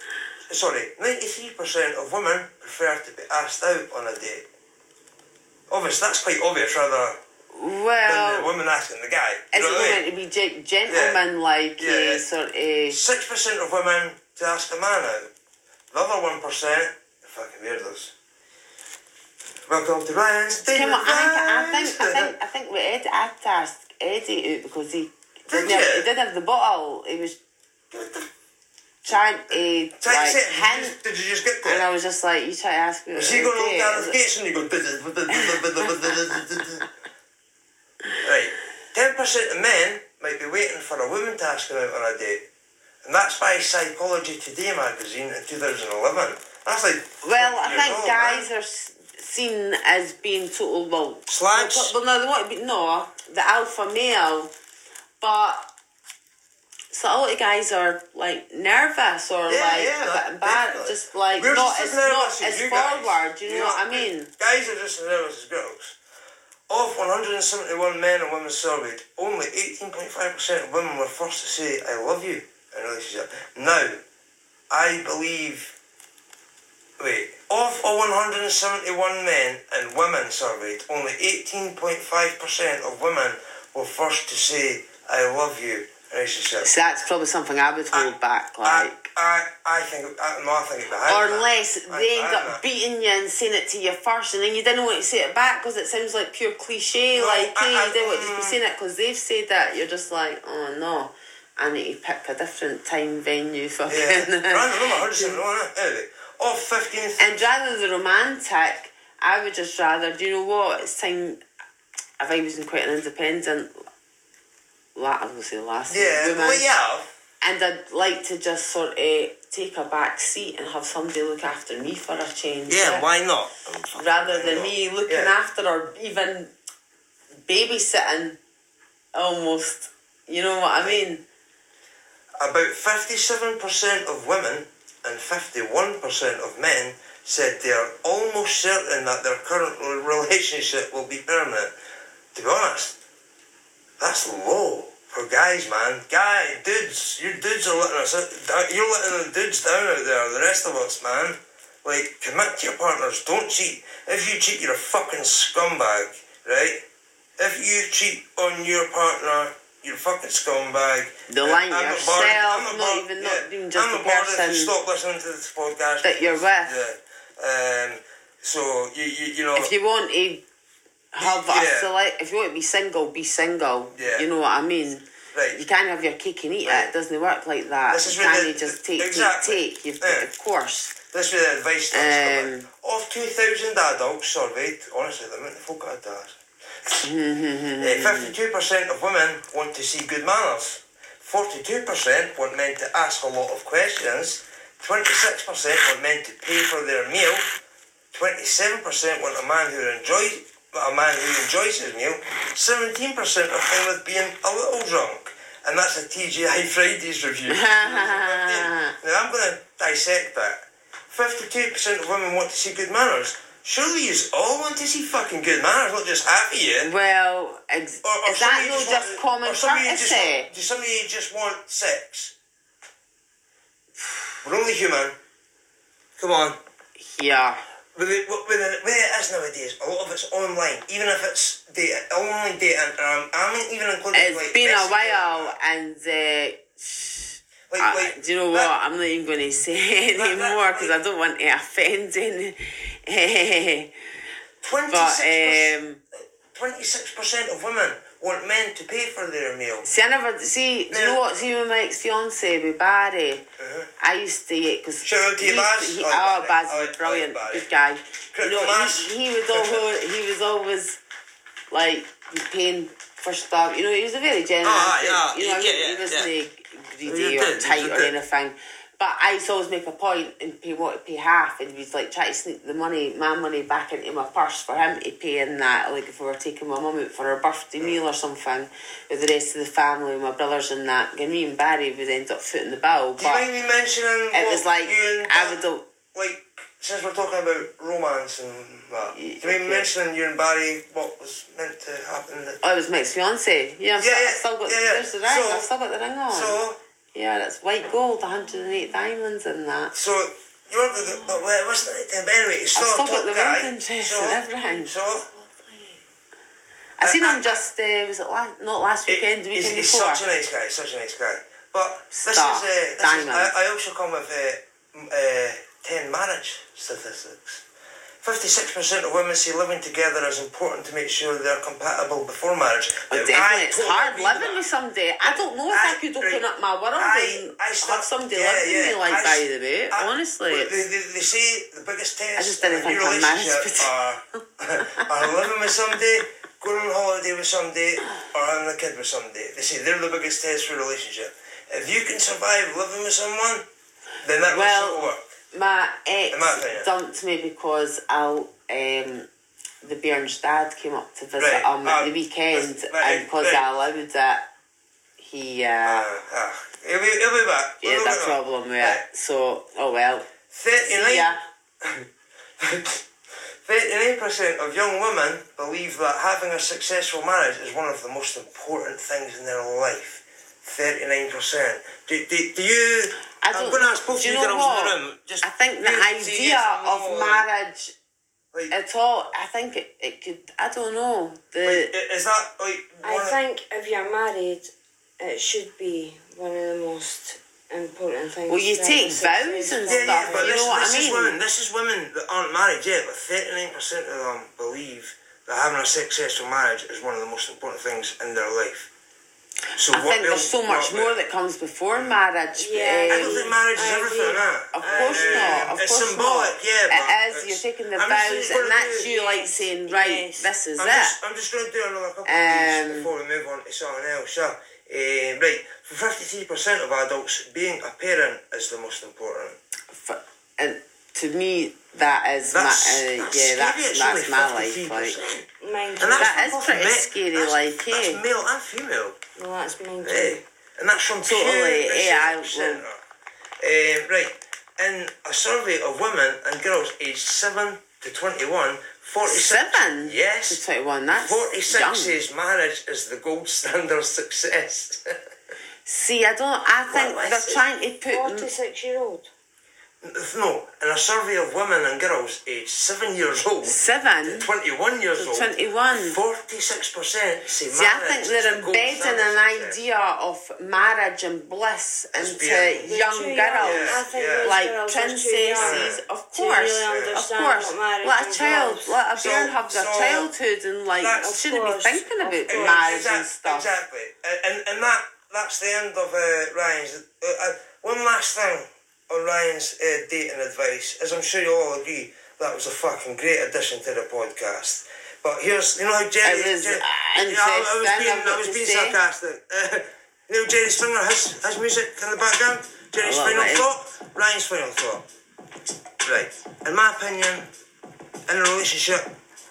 S1: sorry, 93% of women prefer to be asked out on a date. Obviously, that's quite obvious rather
S2: But,
S1: than the
S2: well,
S1: woman asking the guy. You
S2: is
S1: know
S2: it
S1: what I mean?
S2: going to be gen- gentleman like?
S1: Yeah, yeah.
S2: sort of.
S1: Six percent of women to ask a man out. The other one percent, fucking weirdos. Welcome to Ryan's Daily
S2: Come on, I, I
S1: Ryan's
S2: think I
S1: Dinner.
S2: think I think with Ed, I asked Eddie out because he
S1: Did
S2: didn't have,
S1: you?
S2: he didn't have the bottle. He was
S1: What the
S2: trying to
S1: Take
S2: uh, like
S1: it. Did you
S2: hint,
S1: just- Did you just get
S2: and I
S1: that?
S2: was just like, "You try to ask me."
S1: Is he
S2: what
S1: going to look
S2: it
S1: down
S2: is.
S1: his gates and you go? right. Ten percent of men might be waiting for a woman to ask them out on a date, and that's by Psychology Today magazine in 2011. That's like
S2: Well,
S1: 40
S2: I
S1: years
S2: think
S1: old, man.
S2: guys are s- seen as being total well.
S1: Slags.
S2: Well, no, they want to be no the alpha male, but so a lot of guys are like nervous or
S1: Yeah,
S2: like
S1: yeah,
S2: a bit embarrassed,
S1: definitely.
S2: just like
S1: We're
S2: not
S1: just
S2: as
S1: as
S2: not
S1: nervous as
S2: as
S1: you guys.
S2: forward. You know
S1: Yeah.
S2: what I mean?
S1: Guys are just as nervous as girls. Of 171 men and women surveyed, only 18.5% of women were forced to say, I love you in a relationship. Now, I believe. Wait, of all 171 men and women surveyed, only 18.5% of women were forced to say, I love you in a relationship.
S2: So that's probably something I would hold back,
S1: I,
S2: like.
S1: I, I think, I, no, I think it's behind
S2: Or
S1: that.
S2: unless
S1: I-
S2: they
S1: I
S2: end
S1: know.
S2: up beating you and saying it to you first, and then you didn't want to say it back because it sounds like pure cliche.
S1: No,
S2: like,
S1: I-
S2: hey,
S1: I-
S2: you didn't want to
S1: mm.
S2: be saying it because they've said that. You're just like, oh no, I need to pick a different time, venue, fucking.
S1: Yeah, random number, 171, anyway. Off 15th.
S2: and rather than romantic, I would just rather, do you know what? It's time. If I wasn't quite an independent, la- I was gonna say last
S1: yeah,
S2: woman,
S1: well, yeah.
S2: and I'd like to just sort of take a back seat and have somebody look after me for a change.
S1: why not?
S2: rather than me looking
S1: Yeah.
S2: after or even babysitting almost you know what i mean
S1: About 57% of women and 51% of men said they are almost certain that their current relationship will be permanent. To be honest, that's low for guys, man. Guy, dudes, you dudes are letting us, you're letting the dudes down out there, the rest of us, man. Like, commit to your partners, don't cheat. If you cheat, you're a fucking scumbag, right? If you cheat on your partner, you're a fucking scumbag.
S2: the
S1: Yeah,
S2: line
S1: I'm not
S2: yourself
S1: bothered-
S2: not,
S1: I'm bothered-
S2: even
S1: yeah,
S2: not even just
S1: I'm
S2: the
S1: not bothered if you
S2: person
S1: Stop listening to this podcast.
S2: that you're with
S1: Yeah. Um, so you you you know.
S2: if you want to have
S1: Yeah.
S2: a select if you want to be single be single
S1: Yeah.
S2: you know what i mean you
S1: right.
S2: can't have your cake and eat it it doesn't work like that
S1: This is
S2: you
S1: where
S2: can't
S1: the-
S2: just
S1: the-
S2: take
S1: exactly.
S2: take take you've
S1: Yeah.
S2: of course
S1: That's where the advice starts coming.
S2: Um,
S1: Of two thousand adults surveyed, honestly, the amount of folk I'd ask. Fifty-two percent of women want to see good manners. Forty-two percent want men to ask a lot of questions. Twenty-six percent want men to pay for their meal. Twenty-seven percent want a man who enjoys a man who enjoys his meal. Seventeen percent are fine with being a little drunk, and that's a TGI Fridays review. now I'm going to dissect that. Fifty-two percent of women want to see good manners. Surely you all want to see fucking good manners, not just half of you.
S2: well ex-
S1: Or, or
S2: is
S1: somebody
S2: that no
S1: just,
S2: just
S1: want,
S2: common eh?
S1: or somebody you just
S2: courtesy
S1: want- just somebody you just want sex. We're only human. Come on.
S2: yeah
S1: With it, with it, with it is nowadays, a lot of it's online. Even if it's data, online dating, um, I'm not even including
S2: It's
S1: like.
S2: been a
S1: Messenger.
S2: while, and uh, sh-
S1: Like,
S2: I-
S1: like,
S2: do you know
S1: that-
S2: what? I'm not even going to say
S1: that-
S2: anymore because I don't want to offend any. but
S1: 26%,
S2: um,
S1: 26% of women want men to pay for their meal.
S2: see, I never see. Do you know what? See, with my ex fiance, with Barry, I used to because
S1: Shout out to you, Baz.
S2: He,
S1: I like Barry.
S2: oh, Baz
S1: I
S2: is
S1: like
S2: brilliant,
S1: Barry.
S2: good guy. You
S1: Critical
S2: know,
S1: mass.
S2: he, he was always he was always like he's paying for stuff. You know, he was a very generous.
S1: Ah, yeah,
S2: you know,
S1: yeah,
S2: he,
S1: yeah,
S2: he
S1: yeah.
S2: wasn't greedy
S1: He
S2: or
S1: did, he
S2: tight or
S1: did.
S2: anything. But I used to always make a point and pay what pay half, and we'd like try to sneak the money, my money, back into my purse for him to pay in that. Like if we were taking my mum out for her birthday meal or something, with the rest of the family, my brothers and that, and me and Barry would end up footing the bill.
S1: Do you mind
S2: But
S1: me mentioning
S2: it
S1: what
S2: was like
S1: you and
S2: I
S1: Ba-
S2: would. al-
S1: like since we're talking about romance and that? Do you mind
S2: okay.
S1: me mentioning you and Barry what was meant to happen? That,
S2: Oh, it was my ex fiance. Yeah, I've
S1: Yeah, yeah,
S2: still, I've still got
S1: yeah, yeah.
S2: there's the ring.
S1: So-
S2: I've still got the ring on.
S1: so
S2: yeah, that's white gold, hundred and eight diamonds in that.
S1: so you weren't with it, but well, it wasn't it? But anyway, it's
S2: I've
S1: not
S2: still
S1: a
S2: got
S1: top
S2: the
S1: guy.
S2: wedding dress
S1: so,
S2: and everything.
S1: So
S2: I seen him just uh, was it last not last weekend, the
S1: he's,
S2: weekend
S1: he's
S2: before.
S1: such a nice guy. he's Such a nice guy. But this
S2: Star.
S1: is uh, this is,
S2: Diamond.
S1: I, I also come with uh, m- uh, ten marriage statistics. Fifty-six percent of women say living together is important to make sure they're compatible before marriage. Now,
S2: Oh,
S1: I
S2: definitely, it's
S1: totally
S2: hard
S1: agree with
S2: living
S1: that.
S2: with somebody. I don't know if I, could open up my world and have somebody live with me like by the way. Honestly,
S1: they,
S2: it's,
S1: they, they say the biggest test
S2: I just didn't
S1: in your
S2: think I'm married,
S1: relationship are, are living with somebody, going on holiday with somebody, or having a kid with somebody. They say they're the biggest test for a relationship. If you can survive living with someone, then that
S2: Well,
S1: will work.
S2: my
S1: Am I there?
S2: ex dumped me because I'll. Um, the Bjorn's dad came up to visit
S1: Right,
S2: him at
S1: um,
S2: the weekend,
S1: right,
S2: and because
S1: right.
S2: I allowed it, he uh,
S1: Ah, ah. He'll, be, he'll be back.
S2: he had a problem with it. So, oh well. See
S1: 39
S2: ya.
S1: 39% of young women believe that having a successful marriage is one of the most important things in their life. 39%. Do, do, do you...
S2: I don't-
S1: am going to ask both
S2: do
S1: you
S2: you
S1: girls
S2: know
S1: in
S2: what?
S1: the room. Just
S2: I think the
S1: you say
S2: idea
S1: yes or no,
S2: of marriage
S1: Like, like,
S2: at all, I think it, it could, I don't know. The,
S1: i- is that like...
S4: I
S1: one of-
S4: think if you're married, it should be one of the most important things.
S2: Well, you
S4: that
S2: take
S4: is
S2: vows and
S4: successful.
S1: yeah, yeah,
S2: stuff,
S1: but
S2: you
S1: this,
S2: know what I
S1: this is
S2: mean?
S1: women. This is women that aren't married yet, but thirty-nine percent of them believe that having a successful marriage is one of the most important things in their life. So what
S2: I think there's
S1: else-
S2: so much
S1: what-
S2: more that comes before marriage.
S1: I
S4: Yeah.
S2: um,
S1: don't think marriage is
S4: I agree.
S1: everything, huh?
S2: Of course
S1: Uh,
S2: not. Of
S1: it's
S2: course
S1: symbolic,
S2: not.
S1: yeah. but
S2: It is.
S1: it's-
S2: You're taking the
S1: I'm just
S2: vows,
S1: gonna
S2: and that's
S1: do-
S2: you like saying, right,
S4: Yes.
S2: this is
S1: I'm
S2: it.
S1: just, I'm just going to do another couple of
S2: Um,
S1: these before we move on to something else. Huh? Um, right, for fifty-three percent of adults, being a parent is the most important.
S2: F- and to me, that is
S1: That's,
S2: my uh,
S1: that's
S2: yeah.
S1: scary,
S2: That's
S1: it's
S2: that's
S1: only
S2: my life.
S1: 53%.
S2: Like
S4: Mine
S1: And that's
S4: too.
S2: That
S1: from
S2: is
S1: both
S2: pretty
S1: ma-
S2: scary,
S1: that's-
S2: like, eh?
S1: That's male and female.
S4: Well, that's mine too.
S1: Eh, and that's from pure
S2: Totally, eh,
S1: research
S2: I will-
S1: centre. Um, right, in a survey of women and girls aged 7 to 21, 46...
S2: seven.
S1: Yes.
S2: To twenty-one. That's
S1: 46
S2: young.
S1: says marriage is the gold standard of success.
S2: See, I don't. I think
S1: Well, it's-
S2: they're trying to put.
S4: Forty-six year old.
S1: no, in a survey of women and girls aged 7 years old to
S2: Seven
S1: 21 years
S2: to
S1: old,
S2: 21.
S1: 46% say
S2: See, I
S1: marriage
S2: think
S1: is the
S2: they're
S1: gold
S2: embedding
S1: standard of
S2: an
S1: success.
S2: idea of marriage and bliss
S1: It's
S2: into
S1: beautiful.
S2: young
S4: They're
S2: girls.
S4: too young. I think
S1: Yeah.
S4: those
S2: Like
S4: girls are too young.
S2: princesses, of
S4: To
S2: course,
S4: really
S2: of
S4: understand
S2: course.
S4: what marriage
S2: Let a child,
S4: involves.
S2: let a
S1: So-
S2: parent have their
S1: so-
S2: childhood and like
S1: That's-
S2: shouldn't
S4: Of
S2: be
S4: course,
S2: thinking
S4: of
S2: about
S4: course.
S2: marriage
S1: Exact-
S2: and stuff.
S1: Exactly, A- and and that that's the end of uh, Ryan's. Uh, uh, one last thing on Ryan's uh, dating advice, as I'm sure you all agree, that was a fucking great addition to the podcast. But here's, you know how Jerry.
S2: It was,
S1: Jerry-
S2: uh,
S1: you know, I, I was
S2: interesting,
S1: being,
S2: I've
S1: I
S2: got
S1: was
S2: to
S1: being
S2: say.
S1: sarcastic. Uh, you know Jerry Springer, his, his music in the background. Jerry's
S2: I love
S1: final
S2: it.
S1: thought, Ryan's final thought. Right, in my opinion, in a relationship,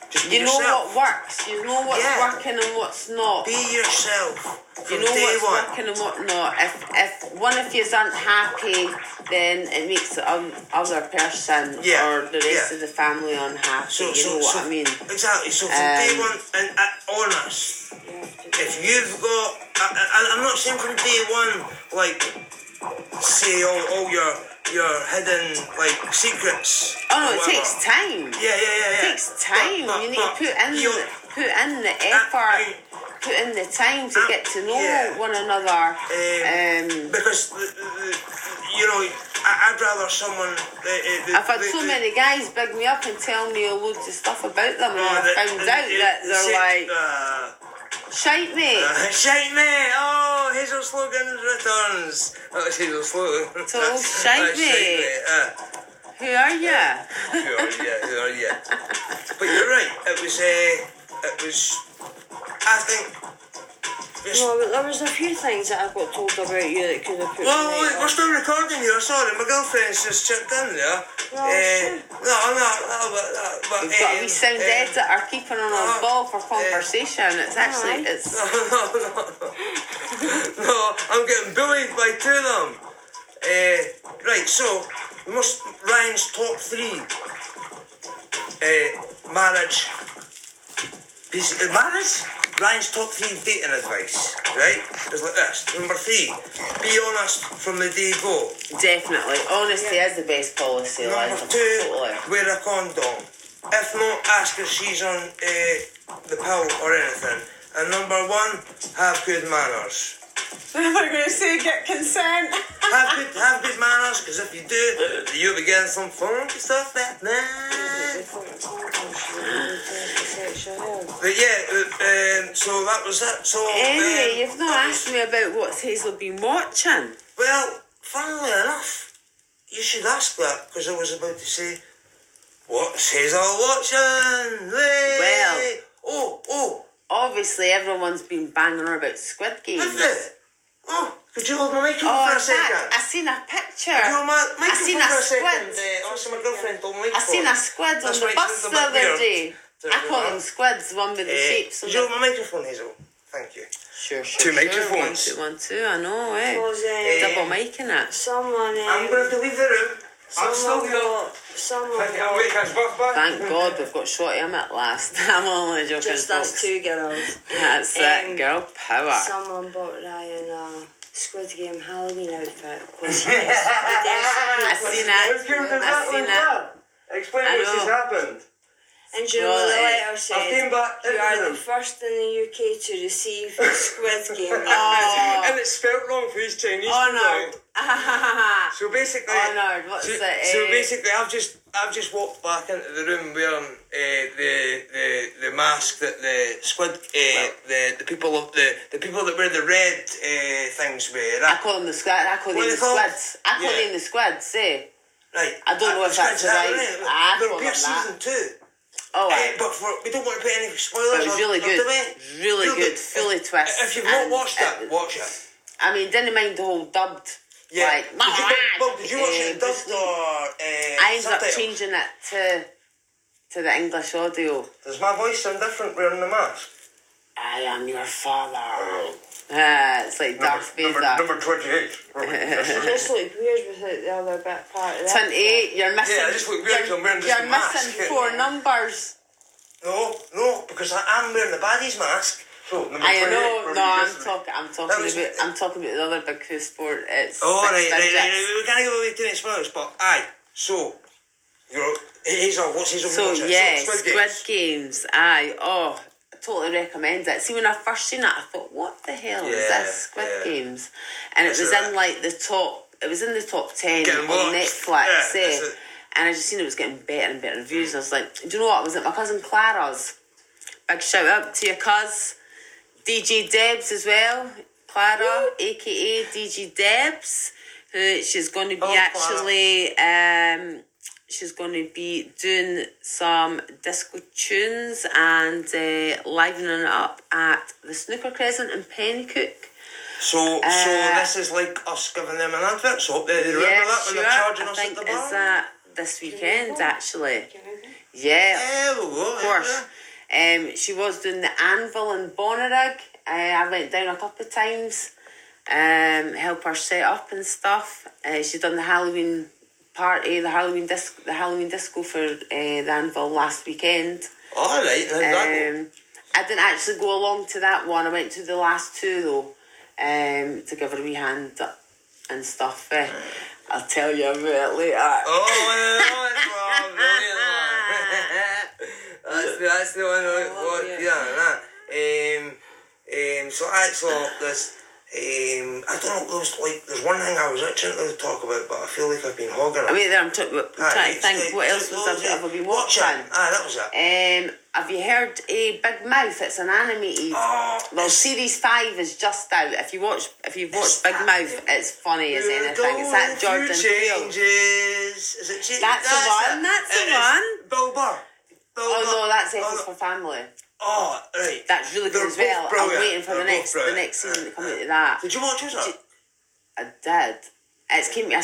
S1: just be
S2: You know
S1: yourself.
S2: what works. You know what's
S1: Yeah.
S2: working and what's not.
S1: Be yourself from
S2: you know
S1: day
S2: what's
S1: one.
S2: working and what not. If if one of you aren't happy, then it makes the um, other person
S1: Yeah,
S2: or the rest
S1: yeah.
S2: of the family unhappy.
S1: So,
S2: you
S1: so,
S2: know what
S1: so,
S2: I mean? Oh,
S1: Exactly. So from day
S2: Um,
S1: one, and uh, honest, if you've got, I, I, I'm not saying from day one, like say all, all your your hidden like secrets.
S2: Oh no,
S1: or
S2: it
S1: whatever.
S2: takes time.
S1: Yeah, yeah, yeah, yeah.
S2: It takes time.
S1: But- but-
S2: you need
S1: but
S2: to put in
S1: you're-
S2: the, put in the effort, put in the time to
S1: Uh,
S2: get to know
S1: yeah.
S2: one another.
S1: Um,
S2: Um,
S1: because the, the, you know, I, I'd rather someone. The, the,
S2: Um, I've had
S1: the-
S2: so
S1: the-
S2: many guys big me up and tell me loads of stuff about them, and
S1: uh,
S2: I
S1: the-
S2: found out
S1: the-
S2: that
S1: the- the
S2: they're
S1: sec-
S2: like
S1: uh,
S2: shite me.
S1: Uh, shite me! Oh, Hazel Slogans Oh, returns! That was Hazel Slogan.
S2: So, shite me.
S1: Uh,
S2: Who are you?
S1: who are you? Who are you? But you're right, it was, uh, it was, I think, This-
S4: Well, there was a few things that I got told about you that could have put
S1: Well,
S4: me
S1: wait, we're still recording here. Sorry, my girlfriend's just chipped in there.
S4: No,
S1: Eh,
S4: sure.
S1: no, no, no, but, uh, but
S2: We've
S1: eh,
S2: got Oh, we sound
S1: eh,
S2: editor keeping on our
S1: uh,
S2: ball for
S1: uh,
S2: conversation. It's actually
S4: alright.
S2: it's
S1: No, no, no, no. I'm getting bullied by two of them. Eh, right, so most Ryan's top three. Eh, marriage. Bas- eh, marriage. Ryan's top three dating advice. Right, is like this. Number three, be honest from the day go.
S2: definitely honesty is the best policy. Like,
S1: Number two, wear a condom. If not, ask her she's on eh, the pill or anything. And number one, have good manners.
S2: I'm going to say get consent.
S1: have good, have good manners, because if you do, you'll be getting some funky stuff that night.
S4: Well,
S1: But yeah, uh, um, so that was it. So um,
S2: Eh, Anyway, you've not
S1: that was-
S2: asked me about what's Hazel been watching.
S1: Well, funnily enough, you should ask that because I was about to say, what's his all watching?
S2: Well.
S1: Hey! oh, oh,
S2: Obviously, everyone's been banging on about Squid Game.
S1: is it? Oh, could you hold my microphone
S2: Oh,
S1: for a
S2: in fact, I
S1: second?
S2: seen a picture.
S1: Could you hold my microphone
S2: seen a
S1: for a second?
S2: squint.
S1: Uh, also, my girlfriend told me.
S2: I seen a squid on
S1: That's
S2: the
S1: right,
S2: bus
S1: she's
S2: the
S1: a bit
S2: other
S1: weird.
S2: day.
S1: There's
S2: I
S1: the
S2: call
S1: one.
S2: them squids, one with the
S1: Eh,
S2: shapes. on
S1: could you
S2: the-
S1: hold my microphone, Hazel? Thank you.
S2: Sure, sure.
S1: Two
S2: sure.
S1: microphones.
S2: One, two, one, two. I know, eh?
S1: Eh,
S2: Double mic in it.
S4: someone,
S1: I'm
S4: um,
S1: going to have to leave the room. I'm still
S4: someone
S1: here.
S4: got, someone
S1: Thank you. I'll wait,
S4: got,
S1: catch back, bye.
S2: Thank God we've got Shorty him at last. I'm only joking.
S4: just
S2: folks.
S4: us two girls.
S2: That's
S4: Um,
S2: it, girl power.
S4: Someone bought Ryan a Squid Game Halloween outfit. 'cause he was desperate.
S2: I seen that. I seen that.
S1: Explain
S2: I
S1: what's
S2: know.
S1: just happened.
S4: And do you know what the
S2: Well,
S4: letter
S1: I came
S4: said?
S1: back
S4: You
S1: into
S4: are the
S1: them.
S4: first in the UK to receive the Squid Game.
S2: Oh.
S1: and it's spelt wrong for his Chinese.
S2: Honoured.
S1: people. So basically,
S2: Honoured. Oh, What's
S1: so,
S2: it?
S1: so
S2: eh?
S1: basically, I've just I've just walked back into the room wearing uh, the the the mask that the squid uh, the the people of the the people that wear the red uh, things wear.
S2: I
S1: Right,
S2: call them the squid. I call
S1: What are
S2: them the
S1: they called?
S2: squids. I call
S1: Yeah.
S2: them the squids. Eh?
S1: right.
S2: I don't know
S1: Uh,
S2: if that's
S1: squids, that
S2: right.
S1: right.
S2: I
S1: They're
S2: call
S1: beer
S2: them that.
S1: season too.
S2: Oh,
S1: Eh,
S2: aye.
S1: but for, we don't want to put any
S2: But
S1: spoilers
S2: it was
S1: on
S2: really
S1: on
S2: good.
S1: the way.
S2: Really good. Fully
S1: If-
S2: twist.
S1: If you've not
S2: and uh,
S1: watched it,
S2: it-
S1: watch it.
S2: I mean, didn't mind the whole dubbed.
S1: Yeah.
S2: Like,
S1: did you, well, did you watch
S2: eh,
S1: it in
S2: Bruce
S1: dubbed
S2: Lee.
S1: or uh,
S2: I ended up changing it to to the English audio.
S1: Does my voice sound different wearing the mask?
S2: I am your father. Ah, it's like Darth Vader.
S1: 28.
S4: You just look weird without the other bit part of that.
S2: Twenty-eight. You're missing.
S1: Yeah, I just look weird 'cause I'm
S2: You're,
S1: wearing this
S2: you're
S1: mask,
S2: missing
S1: yeah.
S2: four numbers.
S1: no, no, because I am wearing the baddies mask. So, number
S2: I
S1: 28
S2: know.
S1: from
S2: No, I'm
S1: yesterday.
S2: talking. I'm talking
S1: That was-
S2: about. I'm talking about the other big coup sport. It's
S1: Oh,
S2: six
S1: right, right, right,
S2: digits.
S1: right. We're going to go away to the spoilers, but aye. So, you're, he's on, what's his own
S2: So
S1: watch it?
S2: yeah,
S1: Squid
S2: Squid Games.
S1: Games.
S2: Aye, oh, I totally recommend it. See, when I first seen it, I thought, what the hell is
S1: Yeah,
S2: this Squid
S1: yeah.
S2: Games? And it
S1: It's
S2: was
S1: alright.
S2: in like the top. It was in the top ten
S1: Getting
S2: on
S1: watched.
S2: Netflix.
S1: Yeah, Mm.
S2: eh?
S1: it's a-
S2: And I just seen it was getting better and better reviews. And I was like, do you know what? I was at my cousin Clara's. Big shout out to your cuz. DJ Debs as well. Clara, aka DJ Debs, who she's going to be
S1: Oh, Clara.
S2: actually, um, she's going to be doing some disco tunes and uh, livening it up at the Snooker Crescent in Pennycook.
S1: So, so
S2: Uh,
S1: this is like us giving them an advert. So hope they remember
S2: yeah,
S1: that when
S2: sure.
S1: they're charging
S2: I
S1: us
S2: think uh,
S1: at the bar.
S2: is that this weekend actually.
S4: Can I go?
S2: Yeah,
S1: Yeah, we'll go.
S2: Of course. Um, she was doing the anvil in Bonnarigg. Uh, I went down a couple of times, um, help her set up and stuff. Uh, she done the Halloween party, the Halloween disc, the Halloween disco for uh, the anvil last weekend.
S1: All right, then that.
S2: Um, I didn't actually go along to that one. I went to the last two though, um, to give her a wee hand up and stuff. eh. I'll tell you about it later.
S1: Oh, yeah, that's one, brilliant one. that's, the, that's the one. I
S2: Oh,
S4: love
S1: what,
S4: it.
S1: yeah, that. Um, um, so I saw this. Um, I don't know. There's like there's one thing I was itching to talk about, but I feel like I've been hogging it.
S2: I mean, I'm, t- I'm trying to think what else was I've, I've been watching.
S1: Ah, that was it.
S2: Um, have you heard a Big Mouth? It's an animated.
S1: Oh,
S2: Well, series five is just out. If you watch, if you've watched Big Mouth, it's funny as anything. It's that Jordan
S1: Changes.
S2: Peele.
S1: Is it Changes?
S2: That's the one, that's the
S1: It is
S2: one.
S1: Bill Burr. Bill
S2: Oh
S1: Burr.
S2: no, that's
S1: Oh,
S2: Essence
S1: no.
S2: for Family.
S1: Oh, right.
S2: That's really
S1: They're
S2: good as well.
S1: both
S2: I'm
S1: brilliant.
S2: waiting for
S1: They're
S2: the
S1: both
S2: next the
S1: brilliant.
S2: next season to come
S1: Uh,
S2: out of that.
S1: Did you watch it?
S2: Did- I did. It's came to a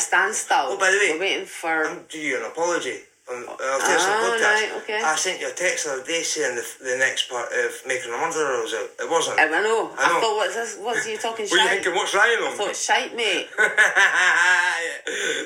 S1: Oh,
S2: standstill.
S1: by the way,
S2: we're waiting for.
S1: I'm due you an apology. Um, I'll tell you some
S2: Ah,
S1: podcast.
S2: right, okay.
S1: I sent you a text the other day saying the, the next part of Making a Murderer was out. It wasn't.
S2: I don't know.
S1: I
S2: I,
S1: know.
S2: thought, what's this? What's you talking
S1: Were you
S2: shite?
S1: thinking, what's Ryan
S2: I thought
S1: on?
S2: it's shite, mate.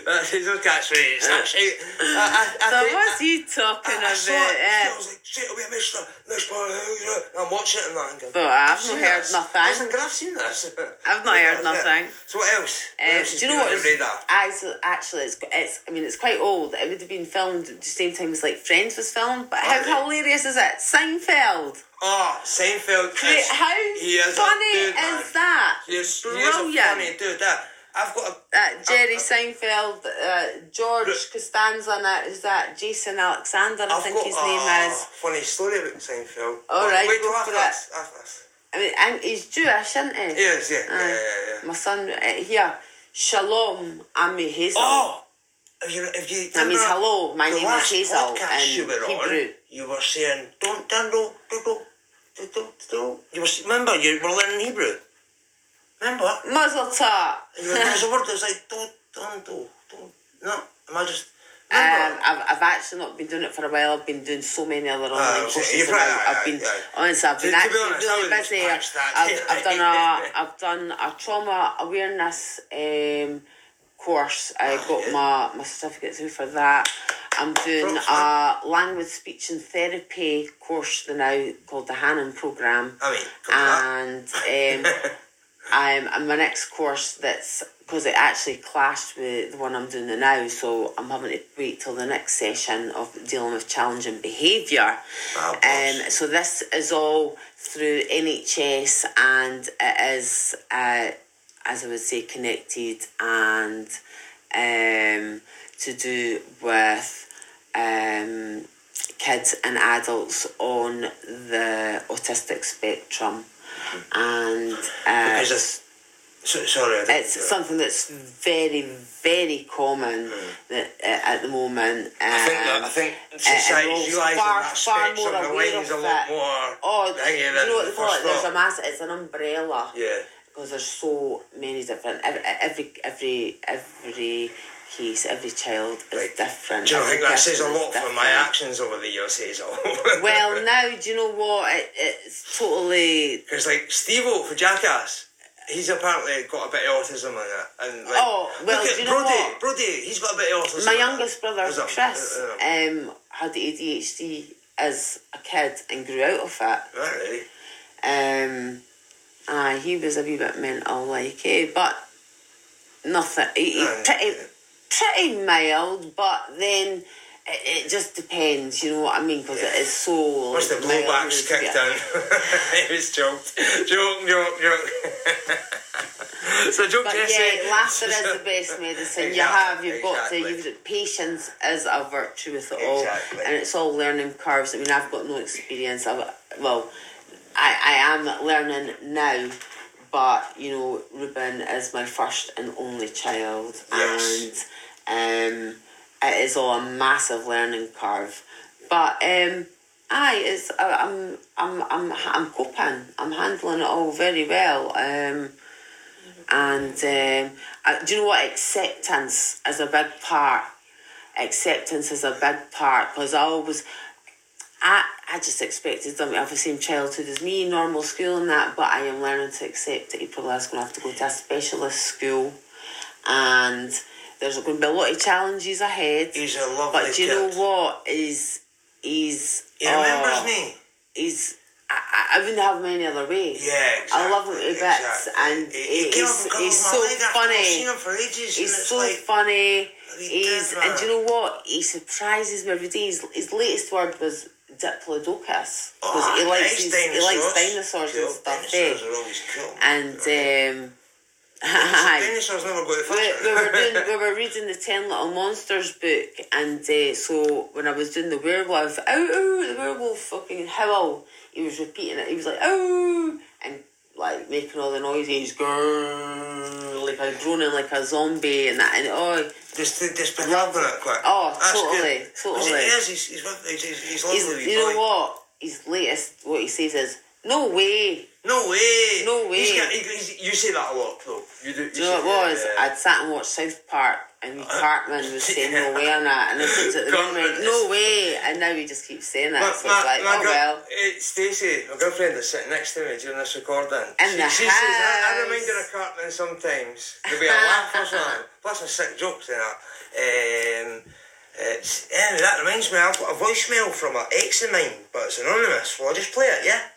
S1: That's his own catchphrase. That's it. I, I, I,
S2: So
S1: think-
S2: what's you talking
S1: I, I saw
S2: about?
S1: it.
S2: eh?
S1: I was like, straight away, Mister, next part of the house. And I'm watching it and I'm going,
S2: But I've not
S1: seen
S2: heard
S1: this.
S2: nothing.
S1: Listen, I've seen this.
S2: I've not heard
S1: That's it.
S2: nothing.
S1: So what else? What
S2: Um,
S1: else is
S2: do you
S1: been
S2: know what?
S1: on
S2: Is,
S1: your radar?
S2: actually, actually, it's, it's. I mean, it's quite old. It would have been filmed at the same time as like Friends was filmed. But how
S1: Right.
S2: hilarious is it? Seinfeld.
S1: Oh, Seinfeld.
S2: Great,
S1: is-
S2: How
S1: he is a
S2: funny
S1: dude, man.
S2: is that?
S1: Yes,
S2: Brilliant.
S1: Yes, funny dude. That I've got a.
S2: That Jerry
S1: I- I-
S2: Seinfeld, uh, George
S1: Look.
S2: Costanza, and that is that Jason Alexander. I
S1: I've
S2: think
S1: got
S2: his
S1: a
S2: name is.
S1: Funny story about Seinfeld.
S2: All right,
S1: wait till
S2: go
S1: after
S2: for it.
S1: this. After this.
S2: I mean, and he's Jewish, isn't he?
S1: Yes, yeah, yeah,
S2: Aye.
S1: yeah, yeah.
S2: My son uh, here, Shalom, I'm Hazel.
S1: Oh, if you, if you
S2: That means
S1: remember
S2: hello, my
S1: the
S2: name is
S1: last
S2: Hazel
S1: podcast
S2: in
S1: you were
S2: Hebrew.
S1: on, you were saying don't dandle, dandle, dandle, dandle. You were s- remember you were learning Hebrew. Remember,
S2: Muzzle tov.
S1: and you were, there's a word that's like don't dandle, don't. No, am I just?
S2: Um,
S1: Remember?
S2: I've, I've actually not been doing it for a while. I've been doing so many other online
S1: okay.
S2: courses.
S1: Oh, You're
S2: and
S1: right,
S2: I've,
S1: aye,
S2: I've been
S1: aye, aye.
S2: honestly, I've been
S1: To- to be
S2: actually
S1: honest, I
S2: really
S1: would've just
S2: busy.
S1: patched that,
S2: I've, I've done
S1: yeah.
S2: a I've done a trauma awareness um, course. I
S1: Ah,
S2: got
S1: yeah.
S2: my my certificate through for that. I'm doing
S1: Props,
S2: a language, speech, and therapy course now called the Hannon Program
S1: I mean, come on.
S2: and um, I'm, and my next course that's because it actually clashed with the one I'm doing now, so I'm having to wait till the next session of dealing with challenging behaviour.
S1: Ah, boss.
S2: Um, so this is all through NHS, and it is, uh, as I would say, connected and um, to do with um, kids and adults on the autistic spectrum, and uh,
S1: Because it's so, sorry. I didn't
S2: it's
S1: do it.
S2: something that's very, very common that, uh, at the moment. Um,
S1: Hmm. I think that, I think society's realising that spectrum the line's a lot more.
S2: Oh,
S1: thingy
S2: you
S1: than
S2: know what they call
S1: first
S2: it? There's
S1: thought.
S2: a mass. It's an umbrella
S1: Yeah.
S2: because there's so many different ev- e, every every every case every child is
S1: Right.
S2: different.
S1: Do you know, I
S2: every
S1: think that
S2: person
S1: says a
S2: is
S1: lot for my
S2: different.
S1: actions over the years, says all.
S2: Well, now do you know what? It, it's totally.
S1: Because, like, Steve O for Jackass, he's apparently got a bit of autism in it. And, like,
S2: Oh, well,
S1: look at
S2: do you know
S1: Brody,
S2: what?
S1: Brody, he's got a bit of autism.
S2: My
S1: in it.
S2: youngest brother
S1: Autism,
S2: Chris
S1: uh, uh,
S2: um, had ADHD as a kid and grew out of it.
S1: right, really.
S2: oh, Um, aye, he was a wee bit mental, like, eh, but nothing. He, he
S1: Aye.
S2: pretty, pretty mild, but then it, it just depends. You know what I mean? Because it is so.
S1: Once the
S2: like, mild,
S1: blowbacks
S2: yeah.
S1: kicked in, it was joked. Joke, joke, joke. so, joke
S2: But
S1: Jesse.
S2: yeah, laughter is the best medicine.
S1: Exactly,
S2: you have, you've got to.
S1: exactly.
S2: You've, patience is a virtue with it
S1: Exactly.
S2: all, and it's all learning curves. I mean, I've got no experience. I've, well, I I am learning now, but you know, Ruben is my first and only child,
S1: Yes.
S2: and um, it is all a massive learning curve. But um, aye, it's I, I'm I'm I'm I'm coping. I'm handling it all very well. Um, and um, uh, do you know what? Acceptance is a big part. Acceptance is a big part because I always, I, I just expected them to have the same childhood as me, normal school and that, but I am learning to accept that he probably is going to have to go to a specialist school and there's going to be a lot of challenges ahead.
S1: He's a lovely
S2: But do you
S1: kid.
S2: know what? Is, is,
S1: He remembers
S2: oh,
S1: me.
S2: He's, I, I- I wouldn't have him any other way.
S1: Yeah, exactly.
S2: I love him to bits,
S1: exactly.
S2: and
S1: He- he
S2: he-
S1: came up
S2: he's,
S1: and cuddled
S2: he's
S1: my
S2: so
S1: leg after I've seen
S2: funny.
S1: him for ages,
S2: He's
S1: and it's
S2: so
S1: like,
S2: funny.
S1: he
S2: He's
S1: did
S2: and
S1: that.
S2: do you know what? He surprises me every day. His, his latest word was diplodocus because
S1: oh,
S2: he
S1: nice
S2: likes his,
S1: dinosaurs.
S2: he likes dinosaurs
S1: cool.
S2: and stuff. eh?
S1: Dinosaurs are always cool.
S2: And um,
S1: Dinosaurs- dinosaurs never go to
S2: we,
S1: fashion.
S2: we were doing we were reading the Ten Little Monsters book, and uh, so when I was doing the werewolf, ow, ow, the werewolf fucking howl. He was repeating it. He was like ow, and like making all the noises, grrr, like a groaning like a zombie, and that, and oh,
S1: just, just been loving it, quick.
S2: Oh,
S1: That's
S2: totally,
S1: good. 'Cause He
S2: totally.
S1: is. He's, he's, he's, he's lovely.
S2: he's, you know
S1: boy.
S2: what? his latest, what he says is, no way.
S1: No way.
S2: No way.
S1: He's got, he, he's, you say that a lot, though. You do. You
S2: Do you know
S1: say
S2: what it
S1: that,
S2: was?
S1: yeah.
S2: I'd sat and watched South Park and Cartman was saying no way on that and I looked at the room and went, no way and now he just keeps saying that
S1: My,
S2: so
S1: my,
S2: it's like,
S1: my
S2: oh
S1: girl-
S2: well.
S1: eh, Stacey, my girlfriend is sitting next to me during this recording. she,
S2: In the
S1: she says, I, I
S2: house."
S1: remind her of Cartman sometimes. There'll be a laugh or something. Plus a sick joke to that. Um, it's, anyway, that reminds me, I've got a voicemail from an ex of mine, but it's anonymous. Well, I'll just play it, yeah?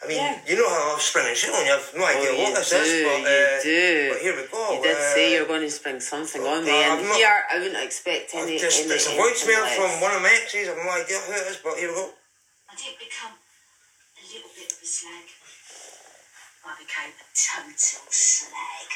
S1: I mean,
S2: Yeah. Oh,
S1: you know how I love spring and shit on you. I've no idea
S2: you
S1: what this
S2: do,
S1: is, but,
S2: you
S1: uh,
S2: do.
S1: but here we go.
S2: You did
S1: uh,
S2: say you're going to spring something on me,
S1: I've
S2: and
S1: not-
S2: here I wouldn't expect any.
S1: I've just,
S2: any
S1: it's a
S2: anything
S1: voicemail
S2: less.
S1: from one of my exes. I've no idea who it is, but here we go.
S5: I did become a little bit of a slag. I became a total slag.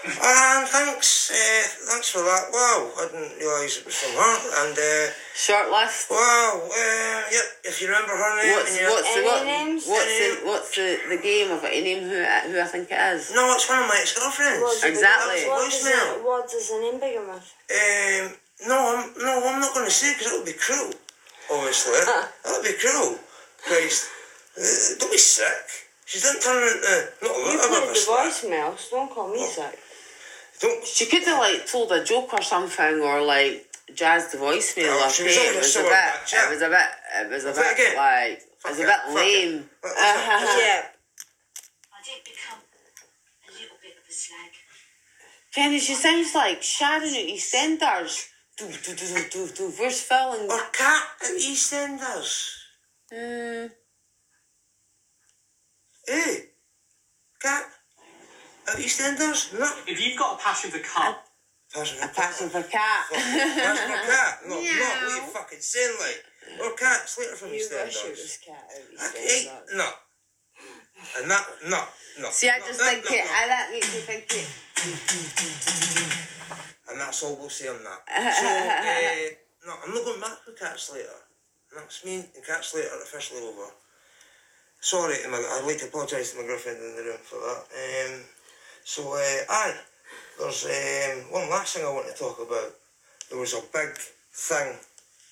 S1: Um, thanks, uh, thanks for that. Wow, I didn't realise it was from her. And uh,
S2: Short list.
S1: wow, uh, yep. If you remember her name,
S2: What's
S1: and you-
S2: what's the
S4: Any
S2: what,
S4: names?
S2: what's the what's the, the game of any name who I- who I think it is?
S1: no, it's one of my ex-girlfriends.
S4: What does it-
S2: Exactly.
S4: What does,
S1: Voicemail.
S4: it, what does an name begin with?
S1: Um, no, I'm no, I'm not going to say because that would be cruel. Obviously, that would be cruel. Christ, uh, don't be sick. She didn't turn into not a
S4: You
S1: little bit of
S4: played
S1: a
S4: the
S1: slut.
S4: voicemail, so don't call me sick.
S1: Don't.
S2: She could have like told a joke or something, or like jazzed the voicemail.
S1: Oh,
S2: up,
S1: she was
S2: eh?
S1: always
S2: it was a
S1: so
S2: bit.
S1: much, yeah.
S2: It was a bit. It was a
S1: Say it
S2: bit
S1: again.
S2: like. It was a
S1: Fuck
S2: bit
S1: it, fuck it.
S2: lame.
S1: Fuck it.
S4: Yeah.
S5: I did become a little bit of a slag.
S2: Jenny, she sounds like Sharon at EastEnders. Do, do, do, do, do, do. Where's Phil and
S1: Or cat at EastEnders.
S2: Mm.
S1: Hey, cat at EastEnders. No,
S6: If you've got a passion for cars,
S1: Passion for cat.
S2: Passion for cat.
S1: That's not cat. No, no, what you fucking saying like? Or cats later from
S4: You
S1: EastEnders.
S4: wish it was cat out
S1: I
S4: of
S1: hate
S4: EastEnders.
S1: no. And that no no.
S2: See, I
S1: no,
S2: just
S1: no,
S2: think
S1: no,
S2: it.
S1: no.
S2: I that makes me think it.
S1: And that's all we'll say on that. So uh, no, I'm not going back to cats later. That's me and cats later officially over. Sorry, to my, I'd like to apologise to my girlfriend in the room for that. Um, so uh, aye, there's um, one last thing I want to talk about. There was a big thing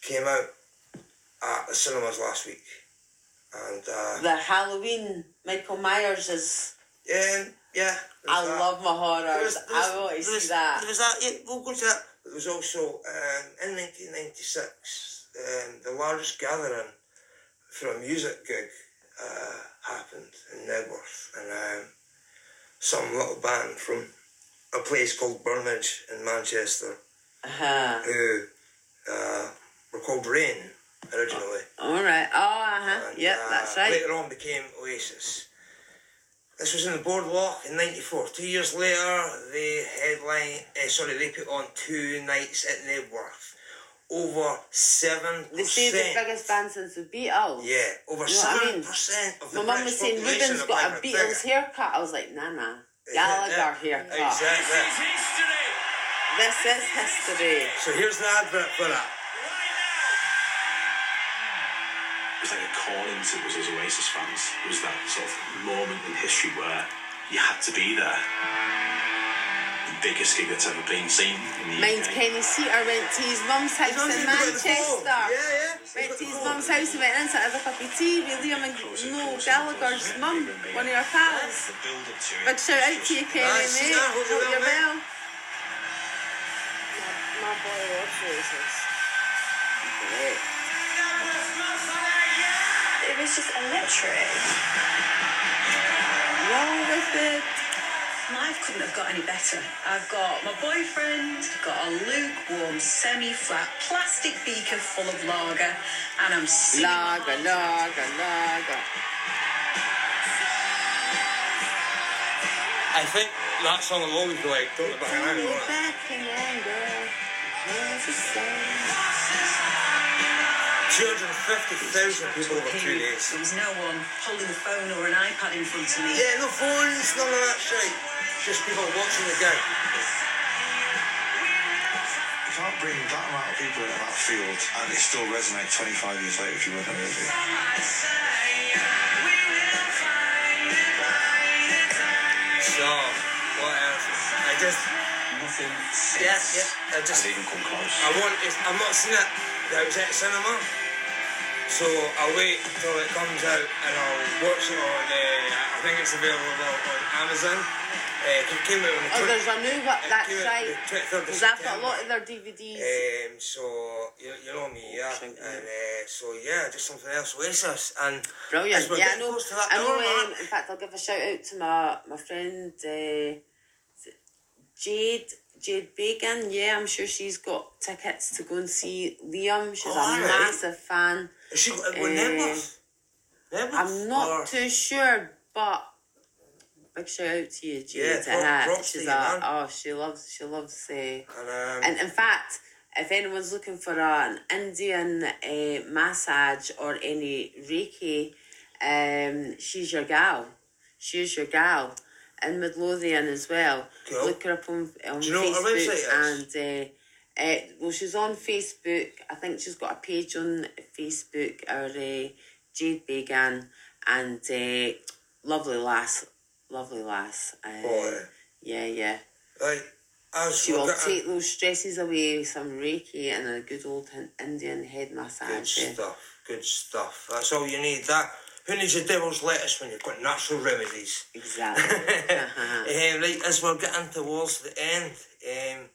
S1: came out at the cinemas last week, and uh,
S2: The Halloween. Michael Myers is.
S1: um, yeah, there's
S2: I
S1: that.
S2: love my
S1: There
S2: horrors.
S1: was- there was-
S2: I want to
S1: there was-
S2: see that.
S1: There was that, yeah, we'll go to that. There was also, um, in 1996, um, the largest gathering for a music gig uh, happened in Nedworth. And um, some little band from a place called Burnage in Manchester
S2: Uh-huh.
S1: who uh, were called Rain originally.
S2: All right. Oh, uh-huh.
S1: And,
S2: Yep,
S1: uh,
S2: that's right.
S1: Later on became Oasis. This was in the Boardwalk in '94. Two years later, they headline. Uh, sorry, they put on two nights at Nebworth. Over seven
S2: They say the
S1: percent.
S2: biggest band since the Beatles.
S1: Yeah, over
S2: You know what I
S1: seven
S2: mean?
S1: percent of the
S2: My mum was
S1: British
S2: saying
S1: population
S2: Ruben's
S1: are
S2: got a
S1: black and
S2: Beatles
S1: bigger.
S2: haircut. I was like, nah, nah.
S1: Yeah,
S2: Gallagher
S1: yeah,
S2: haircut.
S1: Exactly.
S2: This is history.
S1: So here's the advert for that.
S7: It was like a calling to us as Oasis fans. It was that sort of moment in history where you had to be there. The biggest gig that's ever been seen in the
S2: Mind
S7: UK.
S2: Kenny Seater went to his mum's house
S1: He's on
S2: in
S1: the phone.
S2: Manchester.
S1: Yeah, yeah.
S2: Went to his
S1: Oh.
S2: mum's house and went in to have a cup of tea with Liam and No Gallagher's mum, one of your pals.
S7: The build up to it.
S2: Big shout out to you, Kenny,
S1: Aye, see
S2: mate.
S1: that? Hold
S2: Hope
S1: it down,
S2: you're
S1: mate.
S2: well.
S4: My, my boy loves Oasis.
S8: It was just electric.
S2: Roll with it.
S8: Life couldn't have got any better. I've got my boyfriend, got a lukewarm, semi-flat plastic beaker full of lager, and I'm singing my
S2: Lager,
S8: heart
S2: lager, lager.
S1: I think that song will always be like, don't look back
S2: Turn
S1: in
S2: me
S1: anger.
S2: back in anger. There's a sound.
S1: 250,000 people over two
S8: Period.
S1: days.
S8: There was no one holding a phone or an iPad in front of me.
S1: Yeah, no phones, none of that shit. Just people watching the game.
S9: You can't bring that amount of people into that field and it still resonate 25 years later if you were in a movie.
S1: So, what else? I just,
S7: Nothing since
S1: yeah, yeah. I just,
S7: had even come close.
S1: I want. It's, I'm not seeing it. That was at cinema. So I'll wait till it comes out and I'll watch it on. Uh, I think it's available on, on Amazon. Uh, 'cause it came out on the
S2: Oh, there's a
S1: 20
S2: new one,
S1: it
S2: that's
S1: came out
S2: right.
S1: the 23rd of
S2: Because I've got a
S1: September.
S2: lot of their DVDs.
S1: Um, so you, you know me, yeah.
S2: thank you.
S1: And uh, so yeah, just something else Oasis and
S2: Brilliant.
S1: as we're
S2: Yeah, I
S1: getting
S2: know.
S1: close to that
S2: I
S1: door,
S2: know. Um,
S1: man.
S2: in fact, I'll give a shout out to my my friend uh, Jade Jade Bacon. Yeah, I'm sure she's got tickets to go and see Liam. She's
S1: Oh,
S2: a
S1: alright.
S2: massive fan.
S1: Is she got it
S2: eh,
S1: with Nebworth? Nebworth?
S2: I'm
S1: Or-
S2: not too sure, but big shout out to you, Jade.
S1: Yeah, prop-
S2: Uh,
S1: props to
S2: she's
S1: you,
S2: a,
S1: man.
S2: oh, she loves she loves. Uh,
S1: And, um,
S2: And in fact, if anyone's looking for an Indian uh, massage or any Reiki, um, she's your gal. She's your gal. In Midlothian as well.
S1: Cool.
S2: Look her up on, on
S1: Do you know what her
S2: Facebook
S1: website
S2: and. Uh, uh, well, she's on Facebook. I think she's got a page on Facebook. Our uh, Jade Began and uh, lovely lass, lovely lass.
S1: Oh,
S2: Uh,
S1: boy,
S2: yeah, yeah.
S1: like, as
S2: She
S1: we're
S2: will
S1: getting
S2: take those stresses away with some Reiki and a good old hin- Indian head
S1: good
S2: massage. eh?
S1: stuff, good stuff. That's all you need. That who needs a devil's lettuce when you've got natural remedies?
S2: Exactly. Uh-huh.
S1: um, right, as we're getting towards the end, um,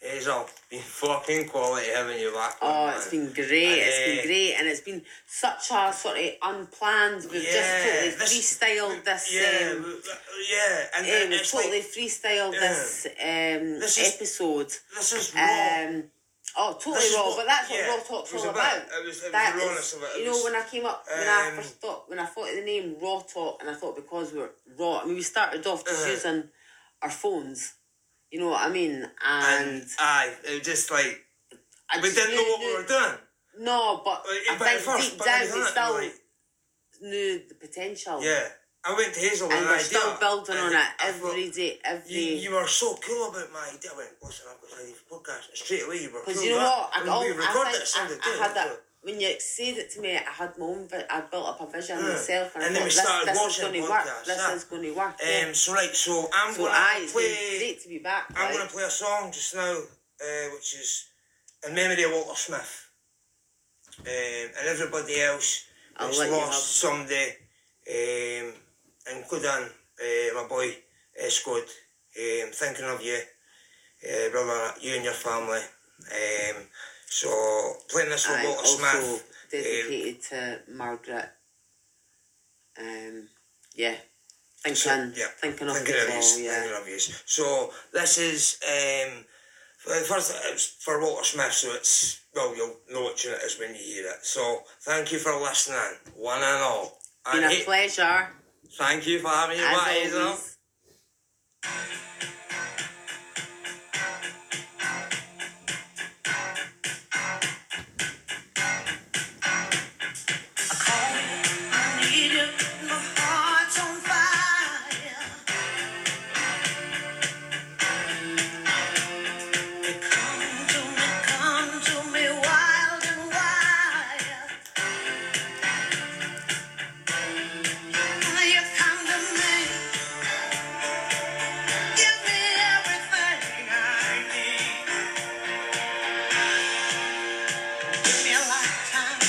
S1: it's all been fucking quality, haven't you, that one,
S2: Oh, it's
S1: man?
S2: been great. It's
S1: Eh.
S2: been great, and it's been such a sort of unplanned. We've
S1: Yeah,
S2: just totally freestyled this.
S1: Yeah,
S2: um,
S1: w- w- yeah, and
S2: eh,
S1: then
S2: we've
S1: it's like,
S2: totally freestyled
S1: yeah.
S2: this um
S1: This is-
S2: episode.
S1: this is raw.
S2: Um, oh, totally
S1: This is
S2: raw,
S1: what-
S2: but that's what
S1: yeah,
S2: raw talk's
S1: it was
S2: all
S1: about-
S2: about.
S1: it was- it was
S2: That
S1: the
S2: is-
S1: rawness of it. It
S2: You know,
S1: was-
S2: when I came up, when I
S1: um,
S2: first thought, when I thought of the name raw talk, and I thought because we were raw. I mean, we started off just
S1: Uh-huh.
S2: using our phones. You know what I mean? And,
S1: and aye, it was just like
S2: I
S1: we
S2: just
S1: didn't know
S2: knew-
S1: what we were doing.
S2: knew- No, but
S1: Like,
S2: I
S1: but
S2: think
S1: first,
S2: deep
S1: but
S2: down
S1: we
S2: we
S1: done it,
S2: still
S1: like-
S2: knew the potential.
S1: Yeah, I went to Hazel with
S2: And
S1: an
S2: we're
S1: idea,
S2: still building
S1: and
S2: on it
S1: I thought,
S2: every day, every.
S1: You, you were so cool about my idea. I went, listen, I've got to leave the podcast. And straight away, you were cool.
S2: Because you
S1: with
S2: know what?
S1: that.
S2: I,
S1: And
S2: all,
S1: we
S2: I,
S1: recorded
S2: think
S1: it Sunday
S2: I, I
S1: day,
S2: had
S1: that's
S2: that.
S1: it.
S2: When you said it to me, I had my own, but I built up a vision
S1: Yeah.
S2: myself, and,
S1: And
S2: I
S1: then we
S2: thought,
S1: started
S2: this, this is
S1: watching
S2: going to work.
S1: podcasts,
S2: This
S1: yeah.
S2: is going to work.
S1: Um, so, right, so I'm
S2: so,
S1: going
S2: aye,
S1: to
S2: it's been
S1: play.
S2: great to be back.
S1: I'm
S2: like.
S1: going to play a song just now, uh, which is in memory of Walter Smith. Um, and everybody else
S2: I'll
S1: that's
S2: let you have-
S1: lost somebody, um, including uh, my boy uh, Scott. Um, thinking of you, uh, brother, you and your family. Um, so playing this with
S2: I'm
S1: Walter
S2: also
S1: Smith. Um,
S2: dedicated to Margaret. Um, yeah, thinking,
S1: So, yeah,
S2: thinking of
S1: thinking
S2: it
S1: of
S2: all,
S1: yous,
S2: yeah.
S1: thinking of yous. So this is um, for- first it's for Walter Smith, so it's well you'll know what tune it is when you hear it. So thank you for listening, one and all. And
S2: Been a
S1: he-
S2: pleasure.
S1: thank you for having me,
S2: as
S1: Matt Hazel.
S2: always.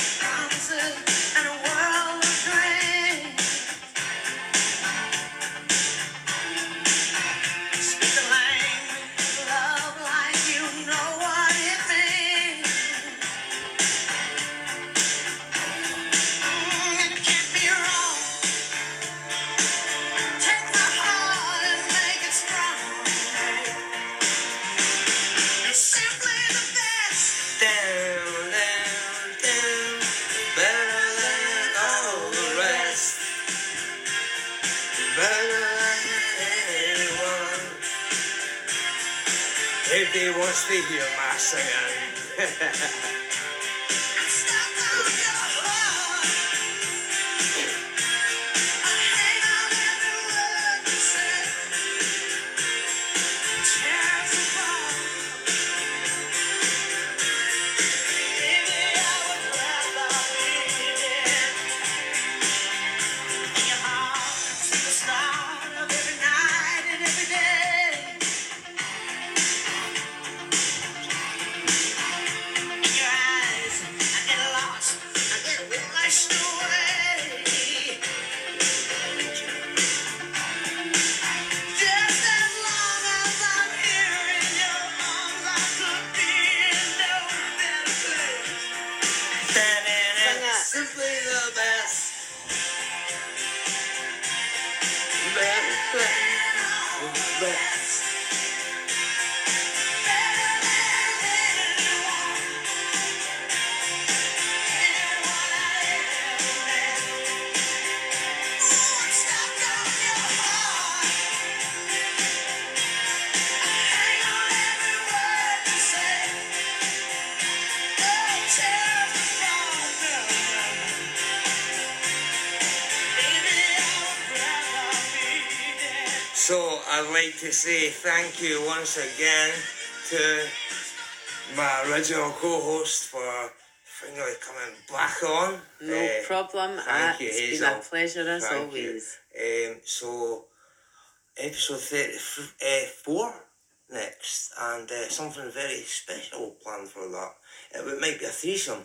S5: And a world of dreams. Speak the language of love like you know what it means. Mm, and it can't be wrong. Take my heart and make it strong. You're simply the best.
S1: Down, down, down, better than all the rest, better than anyone. If they want to hear my singing.
S5: Stop on your heart. I hang on every word you say. Tears apart. Baby, I would rather be dead. In your arms, to the start of every night and every day. In your
S1: So I'd like to say thank you once again to my original co-host for finally coming back on.
S2: No
S1: Eh,
S2: problem. Ah,
S1: thank you,
S2: it's been
S1: Hazel.
S2: a pleasure as
S1: Thank you.
S2: always.
S1: Um, so, episode 34 next, and uh, something very special planned for that. It might be a threesome.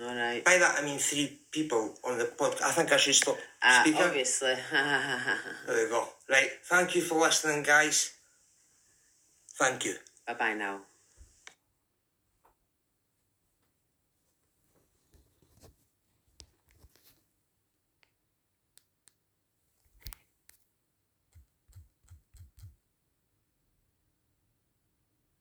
S2: All right.
S1: By that, I mean three people on the podcast. I think I should stop
S2: Uh,
S1: speaking.
S2: obviously.
S1: There we go. Right, thank you for listening, guys. Thank you.
S2: bye bye now.